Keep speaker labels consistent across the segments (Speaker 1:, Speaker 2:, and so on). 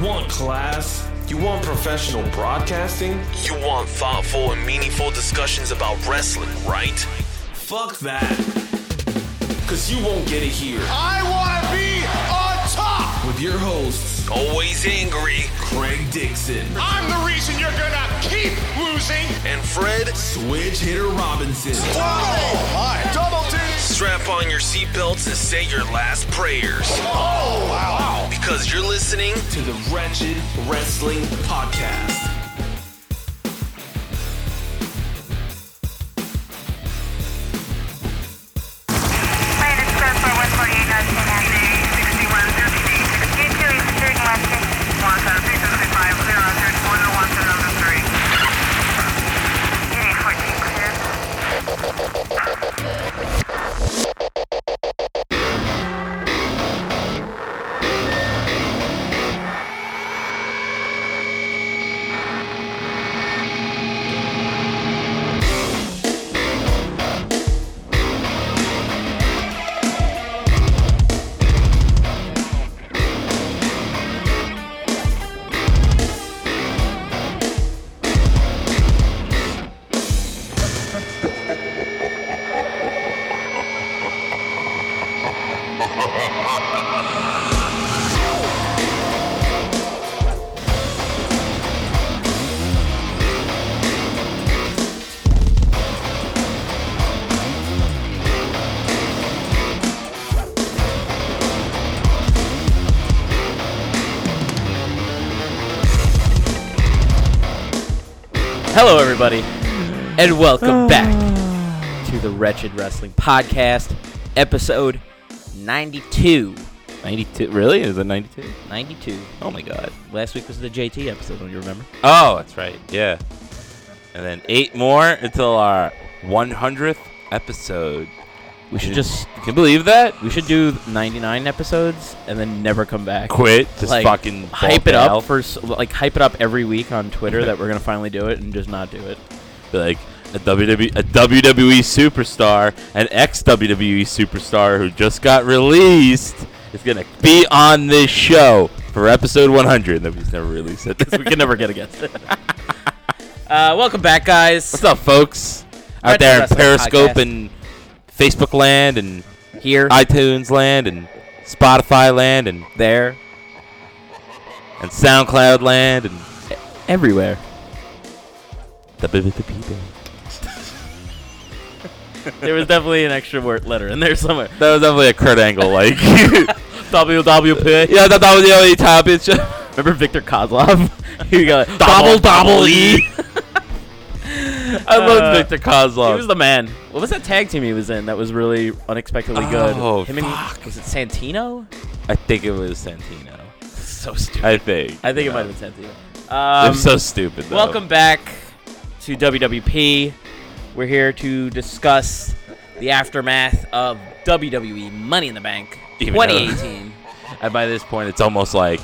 Speaker 1: want class? You want professional broadcasting?
Speaker 2: You want thoughtful and meaningful discussions about wrestling, right?
Speaker 1: Fuck that. Cause you won't get it here.
Speaker 3: I want to be on top.
Speaker 1: With your hosts,
Speaker 2: Always angry
Speaker 1: Craig Dixon
Speaker 3: I'm the reason you're going to keep losing.
Speaker 2: and Fred,
Speaker 1: Switch Hitter Robinson.
Speaker 3: Oh, my. Double D.
Speaker 2: strap on your seatbelts and say your last prayers
Speaker 3: Oh, wow.
Speaker 2: because you're listening.
Speaker 1: To the Wretched Wrestling Podcast.
Speaker 4: Minus Delta 148, North Canada, 61, 38, 62, east of Sheridan, Washington. 17365, clear on third, 101 to number 3. Unit 14, clear.
Speaker 5: Hello, everybody, and welcome
Speaker 6: Ah.
Speaker 5: back to the Wretched Wrestling Podcast, episode 92.
Speaker 6: 92 really is it 92
Speaker 5: 92.
Speaker 6: oh my god
Speaker 5: Last week was the JT episode, don't you remember?
Speaker 6: oh that's right yeah and then eight more until our 100th episode
Speaker 5: We should
Speaker 6: Dude.
Speaker 5: just,
Speaker 6: can you believe that
Speaker 5: we should do 99 episodes and then never come back.
Speaker 6: quit just
Speaker 5: Like,
Speaker 6: fucking
Speaker 5: hype
Speaker 6: bump
Speaker 5: it up
Speaker 6: out.
Speaker 5: for, s- like, hype it up every week on Twitter that we're going to finally do it and just not do it.
Speaker 6: Be like a WWE, a WWE superstar an ex WWE superstar who just got released is gonna be on this show for episode 100 nobody's never released it
Speaker 5: we can never get against it. Uh, welcome back, guys.
Speaker 6: what's up folks
Speaker 5: Wretched
Speaker 6: out there in
Speaker 5: Wrestling
Speaker 6: periscope
Speaker 5: Podcast.
Speaker 6: and facebook land and
Speaker 5: Here,
Speaker 6: iTunes land and Spotify land and
Speaker 5: there,
Speaker 6: and SoundCloud land and
Speaker 5: everywhere.
Speaker 6: the bit the people.
Speaker 5: There was definitely an extra word letter in there somewhere.
Speaker 6: That was definitely a Kurt Angle like.
Speaker 5: WWP.
Speaker 6: yeah, that, that was the only time it's
Speaker 5: Remember Victor Kozlov? he got
Speaker 6: Double, double
Speaker 5: E.
Speaker 6: E. I
Speaker 5: Uh,
Speaker 6: love Victor Kozlov.
Speaker 5: he was the man. What was that tag team he was in that was really unexpectedly good?
Speaker 6: Oh,
Speaker 5: Him and was it Santino?
Speaker 6: I think it was Santino.
Speaker 5: So stupid. I,
Speaker 6: I think.
Speaker 5: think it
Speaker 6: No.
Speaker 5: might have been Santino. Um,
Speaker 6: I'm so stupid. Though.
Speaker 5: welcome back to WWP. We're here to discuss the aftermath of WWE Money in the Bank
Speaker 6: Even though-
Speaker 5: 2018.
Speaker 6: And by this point, it's almost like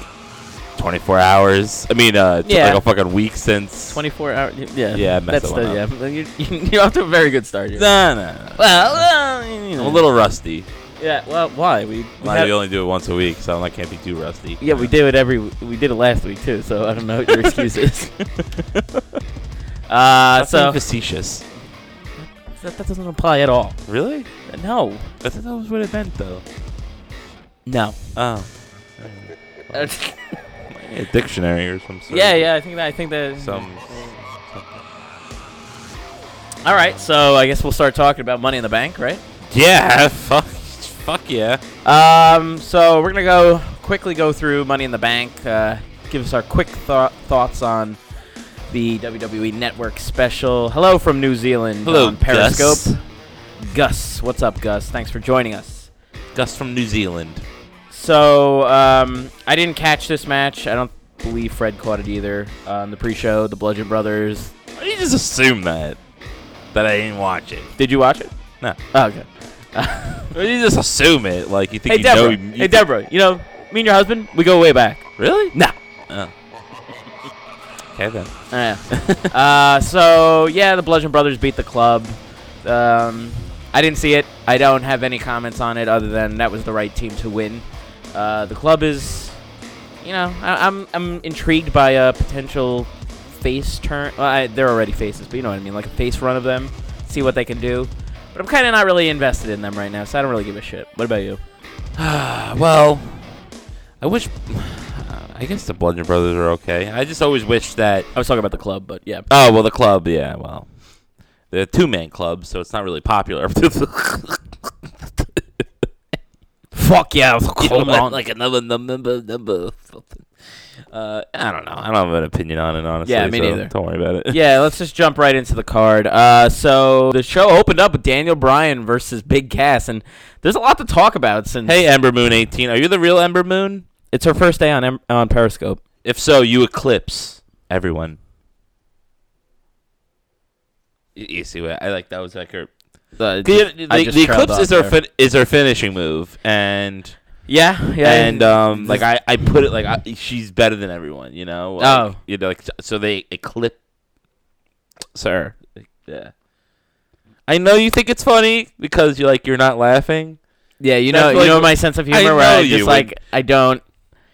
Speaker 6: 24 hours. I mean, uh, it's
Speaker 5: Yeah.
Speaker 6: like a fucking week since.
Speaker 5: 24 hour. Yeah.
Speaker 6: Yeah, I messed
Speaker 5: that's
Speaker 6: that one
Speaker 5: the,
Speaker 6: up.
Speaker 5: yeah. You're, you're off to a very good start here.
Speaker 6: No, no, no.
Speaker 5: Well, well, you
Speaker 6: I'm
Speaker 5: know.
Speaker 6: a little rusty.
Speaker 5: Yeah. Well, why we? we
Speaker 6: Like,
Speaker 5: had-
Speaker 6: we only do it once a week, so I can't be too rusty.
Speaker 5: yeah, we do it every. We did it last week too, so I don't know what your excuse is. Uh,
Speaker 6: That's
Speaker 5: so
Speaker 6: facetious.
Speaker 5: that, that doesn't apply at all.
Speaker 6: Really?
Speaker 5: No.
Speaker 6: I thought that was what it meant, though.
Speaker 5: No.
Speaker 6: Oh.
Speaker 5: Uh,
Speaker 6: A dictionary or some sort.
Speaker 5: yeah, yeah. I think that. I think that.
Speaker 6: Some.
Speaker 5: All right. So I guess we'll start talking about Money in the Bank, right?
Speaker 6: Yeah. Fuck. Fuck yeah.
Speaker 5: Um. So we're gonna go quickly go through Money in the Bank. Uh, give us our quick thou- thoughts on the WWE Network special. Hello from New Zealand. on Periscope.
Speaker 6: Gus.
Speaker 5: Gus, what's up, Gus? Thanks for joining us.
Speaker 6: Gus from New Zealand.
Speaker 5: So, um, I didn't catch this match. I don't believe Fred caught it either. On the pre-show, the Bludgeon Brothers.
Speaker 6: Why do you just assume that? That I didn't watch it.
Speaker 5: Did you watch it?
Speaker 6: No.
Speaker 5: Oh, okay.
Speaker 6: Why do you just assume it? Like you think
Speaker 5: Hey,
Speaker 6: you
Speaker 5: Deborah.
Speaker 6: know? You, you
Speaker 5: hey,
Speaker 6: think-
Speaker 5: Deborah. You know, me and your husband, we go way back.
Speaker 6: Really?
Speaker 5: Nah.
Speaker 6: Oh. Okay then.
Speaker 5: Uh, uh, so yeah, the Bludgeon Brothers beat the club. Um, I didn't see it. I don't have any comments on it other than that was the right team to win. Uh, the club is you know, I, I'm I'm intrigued by a potential face turn. Well, I, they're already faces, but you know what I mean, like a face run of them. See what they can do. But I'm kind of not really invested in them right now, so I don't really give a shit. What about you?
Speaker 6: Uh, Well, I wish. I guess the Bludgeon Brothers are okay. I just always wish that.
Speaker 5: I was talking about the club, but yeah.
Speaker 6: Oh well, the club. Yeah, well, the two man club, so it's not really popular.
Speaker 5: Fuck yeah,
Speaker 6: You know,
Speaker 5: hold
Speaker 6: like-
Speaker 5: on.
Speaker 6: like another number, number, number. something. Uh, I don't know. I don't have an opinion on it, honestly.
Speaker 5: Yeah, me
Speaker 6: so
Speaker 5: neither.
Speaker 6: Don't worry about it.
Speaker 5: yeah, let's just jump right into the card. Uh, so the show opened up with Daniel Bryan versus Big Cass, and there's a lot to talk about since
Speaker 6: Hey, Ember Moon 18, are you the real Ember Moon?
Speaker 5: it's her first day on M- on Periscope.
Speaker 6: If so, you eclipse everyone. You, you see what I like? That was like her.
Speaker 5: The,
Speaker 6: The,
Speaker 5: I
Speaker 6: the-
Speaker 5: just
Speaker 6: the
Speaker 5: trailed
Speaker 6: eclipse
Speaker 5: off
Speaker 6: is her
Speaker 5: there.
Speaker 6: fin- is her finishing move, and
Speaker 5: yeah, yeah,
Speaker 6: and um, like I, I put it like I, she's better than everyone, you know. Like,
Speaker 5: Oh.
Speaker 6: you know, like so they eclipse her. Yeah, I know you think it's funny because you are like you're not laughing.
Speaker 5: yeah, you know,
Speaker 6: that's
Speaker 5: you
Speaker 6: like-
Speaker 5: know my sense of
Speaker 6: I
Speaker 5: humor where
Speaker 6: know
Speaker 5: I just
Speaker 6: you
Speaker 5: like
Speaker 6: would-
Speaker 5: I don't.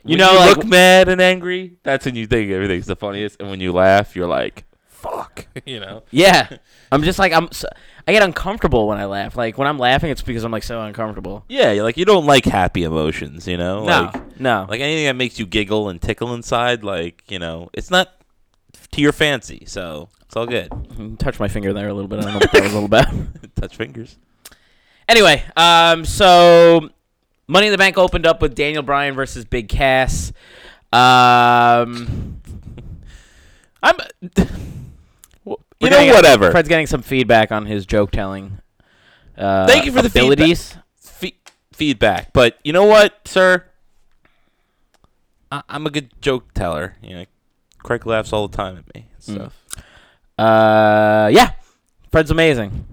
Speaker 6: You
Speaker 5: When
Speaker 6: know,
Speaker 5: you
Speaker 6: like,
Speaker 5: look
Speaker 6: look mad and angry. That's when you think everything's the funniest, and when you laugh, you're like, "Fuck," you know.
Speaker 5: Yeah, I'm just like I'm. s I I get uncomfortable when I laugh. Like when I'm laughing, it's because I'm like so uncomfortable.
Speaker 6: Yeah, you're like you don't like happy emotions, you know.
Speaker 5: No,
Speaker 6: Like,
Speaker 5: no.
Speaker 6: like anything that makes you giggle and tickle inside, like you know, it's not to your fancy, so it's all good.
Speaker 5: touch my finger there a little bit. I don't know what that was all about.
Speaker 6: Touch fingers.
Speaker 5: Anyway, um, so Money in the Bank opened up with Daniel Bryan versus Big Cass. Um,
Speaker 6: I'm.
Speaker 5: we're
Speaker 6: you know,
Speaker 5: getting-
Speaker 6: whatever.
Speaker 5: Fred's getting some feedback on his joke telling. Uh,
Speaker 6: Thank you for the
Speaker 5: abilities.
Speaker 6: Fe- feedback, but you know what, sir? I- I'm a good joke teller. You know, Craig laughs all the time at me. and
Speaker 5: Hmm.
Speaker 6: Stuff.
Speaker 5: Uh, yeah, Fred's amazing.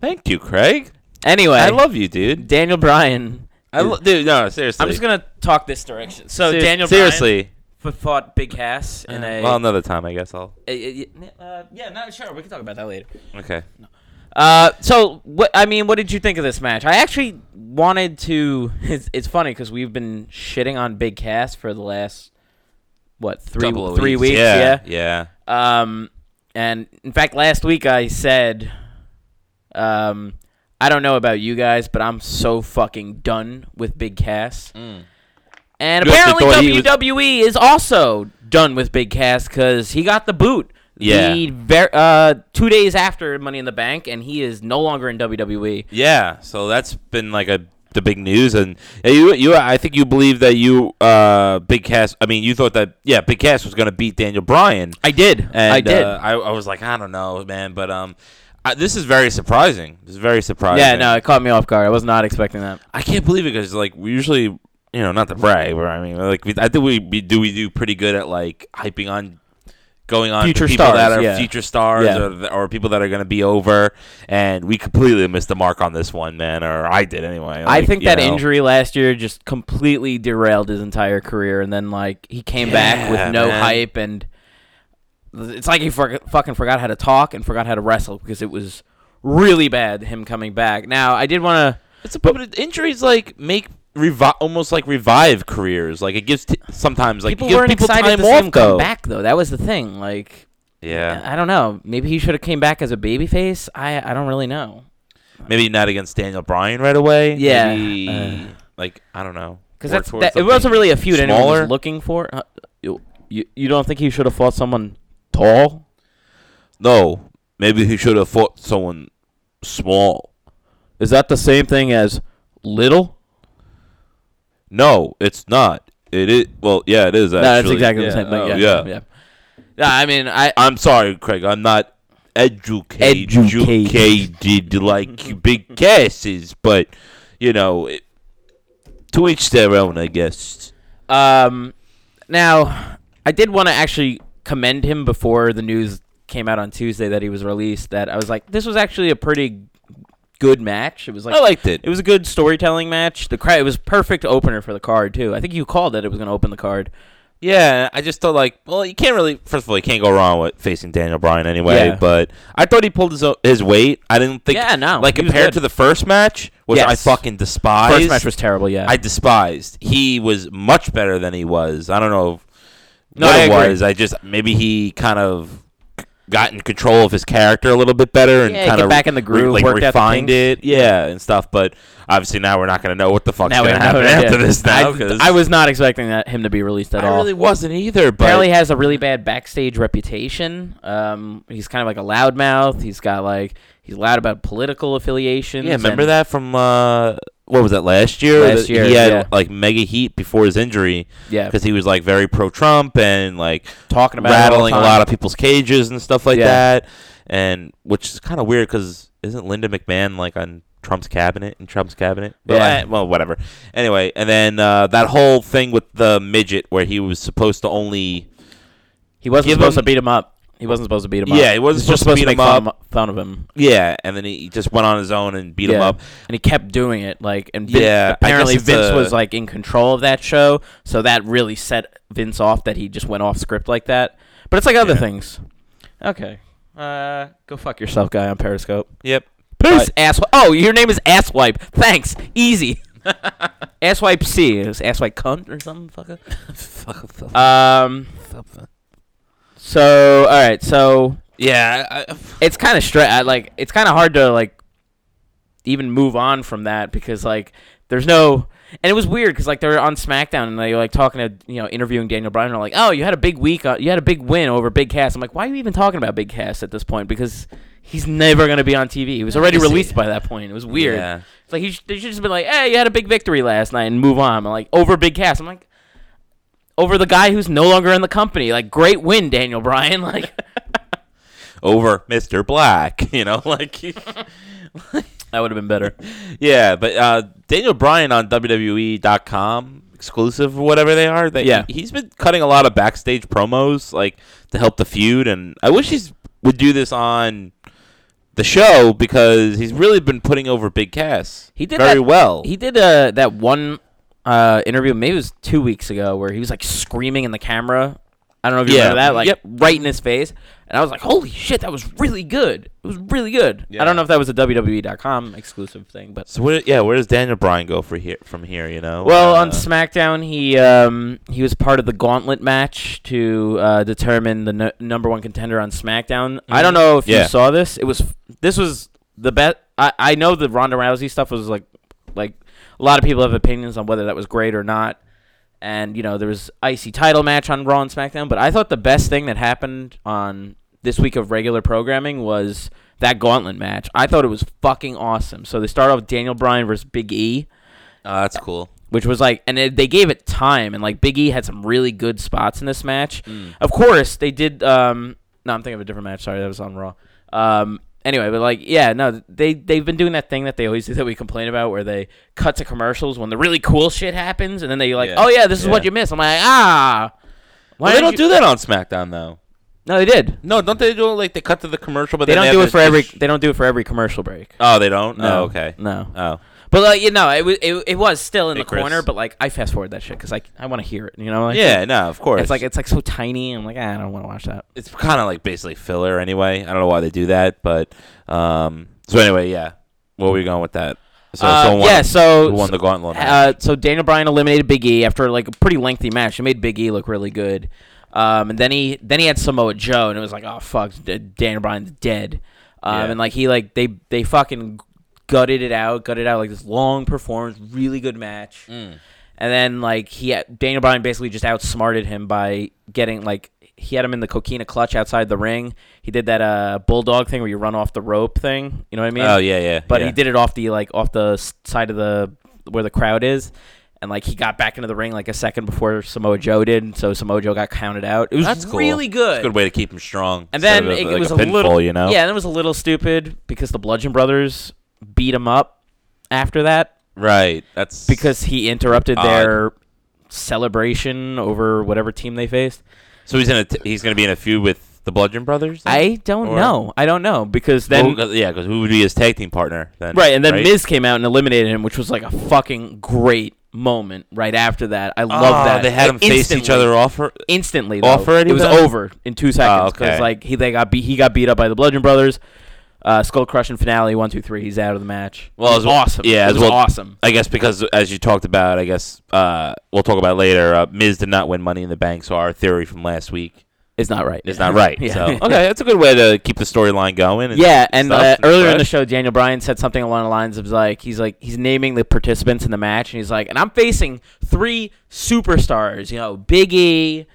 Speaker 6: Thank you, Craig.
Speaker 5: Anyway,
Speaker 6: I love you, dude.
Speaker 5: Daniel Bryan.
Speaker 6: I lo- dude. No, seriously.
Speaker 5: I'm just gonna talk this direction. So
Speaker 6: Ser-
Speaker 5: Daniel
Speaker 6: Seriously.
Speaker 5: Bryan fought Big Cass in a.
Speaker 6: well, another time, I guess. I'll.
Speaker 5: a- a- uh, yeah, no, sure. We can talk about that later.
Speaker 6: Okay.
Speaker 5: Uh, so what I mean, what did you think of this match? I actually wanted to. It's, it's funny because we've been shitting on Big Cass for the last what three
Speaker 6: Couple of
Speaker 5: three weeks,
Speaker 6: Yeah. yeah.
Speaker 5: yeah. Um, and in fact, last week I said, um, I don't know about you guys, but I'm so fucking done with Big Cass. And
Speaker 6: Mm. You also
Speaker 5: apparently
Speaker 6: thought he was-
Speaker 5: WWE is also done with Big Cass because he got the boot.
Speaker 6: Yeah.
Speaker 5: The ver- uh, two days after Money in the Bank, and he is no longer in E. WWE.
Speaker 6: Yeah, so that's been like a the big news, and yeah, you you I think you believe that you uh Big Cass. I mean, you thought that yeah Big Cass was gonna beat Daniel Bryan,
Speaker 5: I did.
Speaker 6: and
Speaker 5: I did.
Speaker 6: uh, I, I was like I don't know, man, but um. I, this is very surprising. This is very surprising.
Speaker 5: yeah, no, it caught me off guard. I was not expecting that.
Speaker 6: I can't believe it because like we usually, you know, not to brag, but I mean, like we, I think we, we do we do pretty good at like hyping on going on to
Speaker 5: Future
Speaker 6: people that
Speaker 5: stars,
Speaker 6: are
Speaker 5: yeah.
Speaker 6: future stars
Speaker 5: Yeah.
Speaker 6: or, th- or people that are going to be over, and we completely missed the mark on this one, man, or I did anyway.
Speaker 5: I
Speaker 6: Like,
Speaker 5: think
Speaker 6: you
Speaker 5: that
Speaker 6: know.
Speaker 5: injury last year just completely derailed his entire career, and then like he came back
Speaker 6: Yeah,
Speaker 5: with no
Speaker 6: man.
Speaker 5: hype, and it's like he for- fucking forgot how to talk and forgot how to wrestle because it was really bad him coming back. Now I did want to.
Speaker 6: It's a, but, it- injuries like make revi- almost like revive careers. Like it gives t- sometimes like
Speaker 5: people
Speaker 6: it gives
Speaker 5: weren't
Speaker 6: people
Speaker 5: excited
Speaker 6: time
Speaker 5: to
Speaker 6: off
Speaker 5: see him
Speaker 6: though.
Speaker 5: come back though. That was the thing. Like
Speaker 6: Yeah,
Speaker 5: I don't know. Maybe he should have came back as a babyface. I I don't really know.
Speaker 6: maybe not against Daniel Bryan right away.
Speaker 5: Yeah,
Speaker 6: Maybe,
Speaker 5: uh,
Speaker 6: like I don't know.
Speaker 5: Because
Speaker 6: Work
Speaker 5: that's
Speaker 6: towards
Speaker 5: that, it wasn't
Speaker 6: something
Speaker 5: really a feud anyone
Speaker 6: smaller.
Speaker 5: was looking for. Uh, you, you you don't think he should have fought someone tall?
Speaker 6: No, maybe he should have fought someone small.
Speaker 5: Is that the same thing as little?
Speaker 6: No, it's not. It is well, yeah, it is actually.
Speaker 5: no, that's exactly the same thing.
Speaker 6: oh,
Speaker 5: yeah,
Speaker 6: yeah.
Speaker 5: yeah. Yeah, I mean, I
Speaker 6: I'm sorry, Craig. I'm not educated,
Speaker 5: Educated.
Speaker 6: educated like Big Cass is, but you know, it, to each their own, I guess.
Speaker 5: um now I did want to actually commend him before the news came out on Tuesday that he was released. That I was like, this was actually a pretty good match. It was like
Speaker 6: I liked Oh, it.
Speaker 5: It was a good storytelling match. The crowd, it was perfect opener for the card too. I think you called that it was going to open the card.
Speaker 6: Yeah, I just thought like, well, you can't really. First of all, you can't go wrong with facing Daniel Bryan anyway.
Speaker 5: Yeah.
Speaker 6: But I thought he pulled his o- his weight. I didn't think.
Speaker 5: Yeah, no,
Speaker 6: Like
Speaker 5: he was
Speaker 6: compared
Speaker 5: good.
Speaker 6: to the first match, which I
Speaker 5: Yes.
Speaker 6: fucking despised.
Speaker 5: First match was terrible. Yeah,
Speaker 6: I despised. He was much better than he was. I don't know
Speaker 5: No,
Speaker 6: what
Speaker 5: I
Speaker 6: it
Speaker 5: agree.
Speaker 6: was. I just maybe he kind of got in control of his character a little bit better and
Speaker 5: Yeah,
Speaker 6: kind
Speaker 5: get
Speaker 6: of
Speaker 5: back in the groove,
Speaker 6: like
Speaker 5: worked out the
Speaker 6: refined
Speaker 5: kinks.
Speaker 6: it, yeah, and stuff. But obviously now we're not gonna know what the fuck's
Speaker 5: now we
Speaker 6: gonna
Speaker 5: have no
Speaker 6: happen
Speaker 5: idea.
Speaker 6: after this now.
Speaker 5: I-
Speaker 6: 'cause
Speaker 5: I, was not expecting that him to be released at
Speaker 6: I
Speaker 5: all.
Speaker 6: really wasn't either. But
Speaker 5: Apparently has a really bad backstage reputation. Um, he's kind of like a loudmouth. He's got like he's loud about political affiliations.
Speaker 6: yeah, remember
Speaker 5: and-
Speaker 6: that from uh, what was that last year?
Speaker 5: Last
Speaker 6: That
Speaker 5: year,
Speaker 6: he had
Speaker 5: yeah.
Speaker 6: like mega heat before his injury.
Speaker 5: Yeah.
Speaker 6: because he was like very pro Trump and like
Speaker 5: Talking about it all the
Speaker 6: rattling a
Speaker 5: time.
Speaker 6: lot of people's cages and stuff like
Speaker 5: Yeah.
Speaker 6: that, and which is kind of weird because isn't Linda McMahon like on Trump's cabinet in Trump's cabinet? Well,
Speaker 5: Yeah.
Speaker 6: eh, well, whatever. Anyway, and then uh, that whole thing with the midget where he was supposed to only
Speaker 5: He wasn't
Speaker 6: Give
Speaker 5: supposed
Speaker 6: him-
Speaker 5: to beat him up. He wasn't supposed to beat him up.
Speaker 6: Yeah, he wasn't
Speaker 5: He's just
Speaker 6: supposed to
Speaker 5: make
Speaker 6: beat him
Speaker 5: fun, of- fun of him.
Speaker 6: yeah, and then he just went on his own and beat him
Speaker 5: Yeah.
Speaker 6: up.
Speaker 5: and he kept doing it. Like, and Vin-
Speaker 6: Yeah, I guess
Speaker 5: apparently
Speaker 6: it's
Speaker 5: Vince
Speaker 6: a-
Speaker 5: was like in control of that show, so that really set Vince off that he just went off script like that. But it's like other
Speaker 6: Yeah.
Speaker 5: things. Okay, uh, go fuck yourself, guy on Periscope.
Speaker 6: Yep.
Speaker 5: Peace,
Speaker 6: But-
Speaker 5: asswipe. Oh, your name is asswipe. Thanks, easy. asswipe C. It was asswipe cunt or something, fucker.
Speaker 6: Uh,
Speaker 5: Um. So, all right. So
Speaker 6: Yeah, I, I-
Speaker 5: it's kind of straight. Like it's kind of hard to like even move on from that because like there's no. And it was weird because like they're on SmackDown and they were like talking to you know interviewing Daniel Bryan. And they're like, oh, you had a big week. Uh, you had a big win over Big Cass. I'm like, why are you even talking about Big Cass at this point? Because he's never gonna be on TV. He was already
Speaker 6: Is he?
Speaker 5: released by that point. It was weird.
Speaker 6: Yeah.
Speaker 5: It's like he sh- they should just been like, hey, you had a big victory last night and move on. I'm like over Big Cass. I'm like over the guy who's no longer in the company. Like great win, Daniel Bryan. Like.
Speaker 6: over Mr. Black, you know, like
Speaker 5: That would have been better.
Speaker 6: yeah, but uh, Daniel Bryan on WWE.com exclusive or whatever they are. That
Speaker 5: Yeah.
Speaker 6: he, has been cutting a lot of backstage promos like to help the feud, and I wish he's would do this on the show because he's really been putting over Big Cass.
Speaker 5: He did
Speaker 6: very
Speaker 5: that-
Speaker 6: well.
Speaker 5: He did uh, that one uh, interview, maybe it was two weeks ago, where he was like screaming in the camera. I don't know if you
Speaker 6: Yeah.
Speaker 5: remember that, like
Speaker 6: Yep.
Speaker 5: right in his face. And I was like, "Holy shit, that was really good! It was really good." I
Speaker 6: Yeah.
Speaker 5: don't know if that was a WWE.com exclusive thing, but
Speaker 6: so where, yeah, where does Daniel Bryan go for here from here? You know,
Speaker 5: well, on
Speaker 6: Uh,
Speaker 5: SmackDown, he um, he was part of the Gauntlet match to uh, determine the n- number one contender on SmackDown. I don't know if
Speaker 6: Mm-hmm. Yeah.
Speaker 5: you saw this. It was this was the best. I, I know the Ronda Rousey stuff was like like a lot of people have opinions on whether that was great or not. And you know there was icy title match on Raw and SmackDown, but I thought the best thing that happened on this week of regular programming was that Gauntlet match. I thought it was fucking awesome. So they start off with Daniel Bryan versus Big E
Speaker 6: oh, that's cool.
Speaker 5: which was like, and it, they gave it time, and like Big E had some really good spots in this match.
Speaker 6: Mm.
Speaker 5: Of course, they did. Um, no, I'm thinking of a different match. Sorry, that was on Raw. Um, anyway, but like, yeah, no, they they've been doing that thing that they always do that we complain about, where they cut to commercials when the really cool shit happens, and then they like,
Speaker 6: Yeah.
Speaker 5: oh yeah, this is what
Speaker 6: Yeah.
Speaker 5: you missed. I'm like, ah, why
Speaker 6: Well, they
Speaker 5: did
Speaker 6: don't
Speaker 5: you-"
Speaker 6: do that on SmackDown though.
Speaker 5: No, they did.
Speaker 6: No, don't they do it like they cut to the commercial, but
Speaker 5: They
Speaker 6: then
Speaker 5: don't do
Speaker 6: have
Speaker 5: it for
Speaker 6: to-
Speaker 5: every. They don't do it for every commercial break.
Speaker 6: Oh, they don't.
Speaker 5: No,
Speaker 6: oh, okay.
Speaker 5: No.
Speaker 6: Oh.
Speaker 5: But like you know, it was it, it was still in
Speaker 6: Hey,
Speaker 5: the corner.
Speaker 6: Chris.
Speaker 5: But like I fast forward that shit because I I want to hear it. You know. Like,
Speaker 6: Yeah, no, of course.
Speaker 5: It's like it's like so tiny. I'm like, ah, I don't want to watch that.
Speaker 6: it's kind of like basically filler anyway. I don't know why they do that, but um. So anyway, yeah. Where were we going with that? So
Speaker 5: Uh,
Speaker 6: someone won-
Speaker 5: yeah, so-
Speaker 6: who won the gauntlet.
Speaker 5: Uh, so Daniel Bryan eliminated Big E after like a pretty lengthy match. He made Big E look really good. Um, and then he then he had Samoa Joe, and it was like, oh fuck, D- Daniel Bryan's dead. Um,
Speaker 6: Yeah.
Speaker 5: and like he like they they fucking gutted it out, gutted out like this long performance, really good match.
Speaker 6: Mm.
Speaker 5: And then like he had, Daniel Bryan basically just outsmarted him by getting like he had him in the coquina clutch outside the ring. He did that uh bulldog thing where you run off the rope thing. You know what I mean?
Speaker 6: Oh, yeah, yeah,
Speaker 5: But
Speaker 6: yeah.
Speaker 5: he did it off the like off the s- side of the where the crowd is. And like he got back into the ring like a second before Samoa Joe did, and so Samoa Joe got counted out. It was
Speaker 6: That's cool.
Speaker 5: really
Speaker 6: It's a good way to keep him strong.
Speaker 5: and
Speaker 6: instead
Speaker 5: then
Speaker 6: of,
Speaker 5: it,
Speaker 6: like,
Speaker 5: it was a,
Speaker 6: pinfall,
Speaker 5: little,
Speaker 6: you know.
Speaker 5: yeah, and it was a little stupid because the Bludgeon Brothers beat him up after that
Speaker 6: Right. That's
Speaker 5: because he interrupted
Speaker 6: Odd.
Speaker 5: their celebration over whatever team they faced.
Speaker 6: so he's in a t- he's gonna be in a feud with the Bludgeon Brothers. then?
Speaker 5: I don't
Speaker 6: Or-
Speaker 5: know. I don't know because
Speaker 6: Well,
Speaker 5: then
Speaker 6: 'cause- yeah, because who would be his tag team partner then?
Speaker 5: right, and then Miz came out and eliminated him, which was like a fucking great moment right after that. I love
Speaker 6: Oh,
Speaker 5: that.
Speaker 6: They had
Speaker 5: Like,
Speaker 6: them face each
Speaker 5: instantly.
Speaker 6: other off. For,
Speaker 5: instantly. Though.
Speaker 6: Off already,
Speaker 5: It was
Speaker 6: though?
Speaker 5: over in two seconds because
Speaker 6: Ah, okay.
Speaker 5: like he they got beat. He got beat up by the Bludgeon Brothers. Uh, Skull crushing finale. One, two, three. He's out of the match. it
Speaker 6: well, as
Speaker 5: was
Speaker 6: well-
Speaker 5: awesome.
Speaker 6: Yeah,
Speaker 5: it
Speaker 6: as
Speaker 5: was
Speaker 6: well,
Speaker 5: awesome.
Speaker 6: I guess because as you talked about, I guess uh, we'll talk about it later. Uh, Miz did not win Money in the Bank, so our theory from last week
Speaker 5: It's not right.
Speaker 6: is not right.
Speaker 5: Yeah.
Speaker 6: So okay, that's a good way to keep the storyline going. And
Speaker 5: Yeah, and
Speaker 6: stuff
Speaker 5: uh,
Speaker 6: and
Speaker 5: earlier in the
Speaker 6: fresh.
Speaker 5: show, Daniel Bryan said something along the lines of like he's like he's naming the participants in the match, and he's like, and I'm facing three superstars, you know, Big E,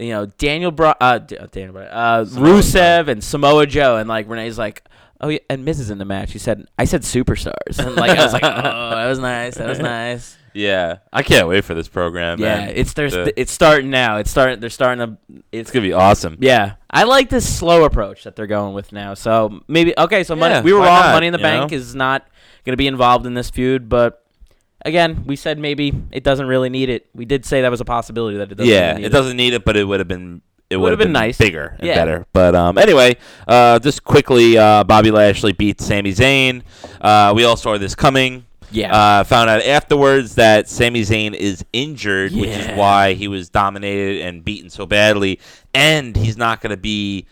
Speaker 5: you know, Daniel Bry- uh, D- uh, Daniel Bryan, uh, Rusev, and Samoa Joe, and like Renee's like. Oh yeah, and Miz is in the match. He said, "I said superstars," and like I was like, "Oh, that was nice. That was nice."
Speaker 6: Yeah, I can't wait for this program.
Speaker 5: Yeah,
Speaker 6: man.
Speaker 5: it's there's
Speaker 6: The-
Speaker 5: it's starting now. It's starting. They're starting to. It's
Speaker 6: it's gonna be awesome.
Speaker 5: yeah, I like this slow approach that they're going with now. So maybe okay. So money,
Speaker 6: Yeah,
Speaker 5: we were
Speaker 6: why
Speaker 5: wrong.
Speaker 6: not,
Speaker 5: Money in the
Speaker 6: you
Speaker 5: Bank
Speaker 6: know?
Speaker 5: is not going to be involved in this feud, but again, we said maybe it doesn't really need it. We did say that was a possibility that it doesn't.
Speaker 6: yeah,
Speaker 5: really need
Speaker 6: it doesn't need it, but it would have been it would have
Speaker 5: would've
Speaker 6: been,
Speaker 5: been nice.
Speaker 6: bigger and
Speaker 5: Yeah.
Speaker 6: better. But um, anyway, uh, just quickly, uh, Bobby Lashley beat Sami Zayn. Uh, we all saw this coming.
Speaker 5: Yeah.
Speaker 6: Uh, found out afterwards that Sami Zayn is injured, which is
Speaker 5: Yeah.
Speaker 6: why he was dominated and beaten so badly, and he's not going to be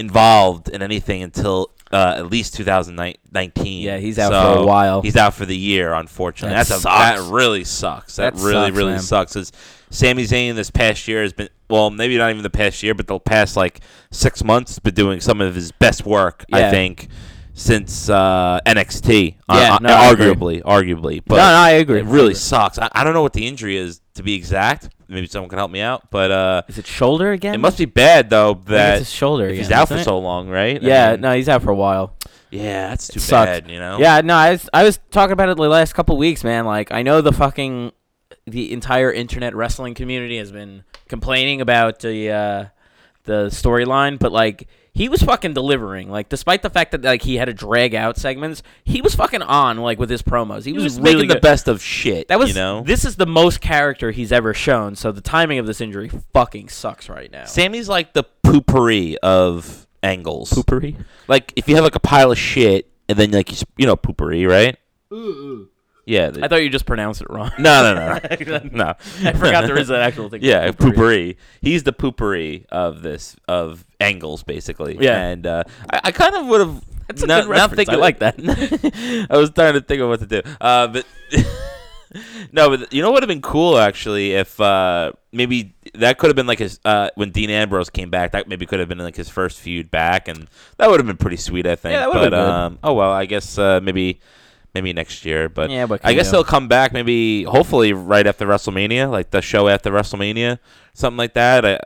Speaker 6: involved in anything until. Uh, at least 2019.
Speaker 5: Yeah, he's out for a
Speaker 6: So,
Speaker 5: while.
Speaker 6: He's out for the year, unfortunately.
Speaker 5: That
Speaker 6: That's a,
Speaker 5: sucks.
Speaker 6: that really sucks. That,
Speaker 5: That
Speaker 6: really,
Speaker 5: sucks,
Speaker 6: really
Speaker 5: man.
Speaker 6: sucks. Is Sami Zayn this past year has been well, maybe not even the past year, but the past like six months has been doing some of his best work, I
Speaker 5: Yeah.
Speaker 6: think, since uh, NXT.
Speaker 5: Yeah,
Speaker 6: uh,
Speaker 5: no, I agree.
Speaker 6: arguably, arguably. But
Speaker 5: No, no, I agree.
Speaker 6: It really sucks. I, I don't know what the injury is to be exact. Maybe someone can help me out, but uh,
Speaker 5: Is it shoulder again?
Speaker 6: it must be bad though that
Speaker 5: his shoulder
Speaker 6: if he's
Speaker 5: again,
Speaker 6: out for
Speaker 5: isn't it?
Speaker 6: so long, right? I
Speaker 5: Yeah,
Speaker 6: mean,
Speaker 5: no, he's out for a while.
Speaker 6: yeah, that's too
Speaker 5: It sucks.
Speaker 6: bad. You know.
Speaker 5: Yeah, no, I was, I was talking about it the last couple weeks, man. Like, I know the fucking the entire internet wrestling community has been complaining about the uh, the storyline, but like he was fucking delivering. Like, despite the fact that like he had to drag out segments, he was fucking on like with his promos. He,
Speaker 6: he was
Speaker 5: really
Speaker 6: making the
Speaker 5: good.
Speaker 6: best of shit.
Speaker 5: That was
Speaker 6: you know.
Speaker 5: this is the most character he's ever shown. So the timing of this injury fucking sucks right now.
Speaker 6: Sammy's like the poopery of angles.
Speaker 5: Poopery.
Speaker 6: Like if you have like a pile of shit and then like you, sp- you know poopery, right? Yeah. the-
Speaker 5: I thought you just pronounced it wrong.
Speaker 6: no, no, no, no.
Speaker 5: I forgot there is an actual thing.
Speaker 6: Yeah,
Speaker 5: Poopery.
Speaker 6: poopery. He's the poopery of this of angles, basically.
Speaker 5: Yeah.
Speaker 6: and uh, I, I kind of would have.
Speaker 5: That's a good reference. I like
Speaker 6: that. I was trying to think of what to do, uh, but no, but you know what would have been cool actually if uh, maybe that could have been like his uh, when Dean Ambrose came back. That maybe could have been like his first feud back, and that would have been pretty sweet. I think.
Speaker 5: Yeah, that
Speaker 6: but
Speaker 5: would've been good.
Speaker 6: um, oh well, I guess uh, maybe. Maybe next year, but
Speaker 5: Yeah, what
Speaker 6: I
Speaker 5: can
Speaker 6: guess
Speaker 5: you do?
Speaker 6: they'll come back maybe hopefully right after WrestleMania, like the show after WrestleMania, something like that. I,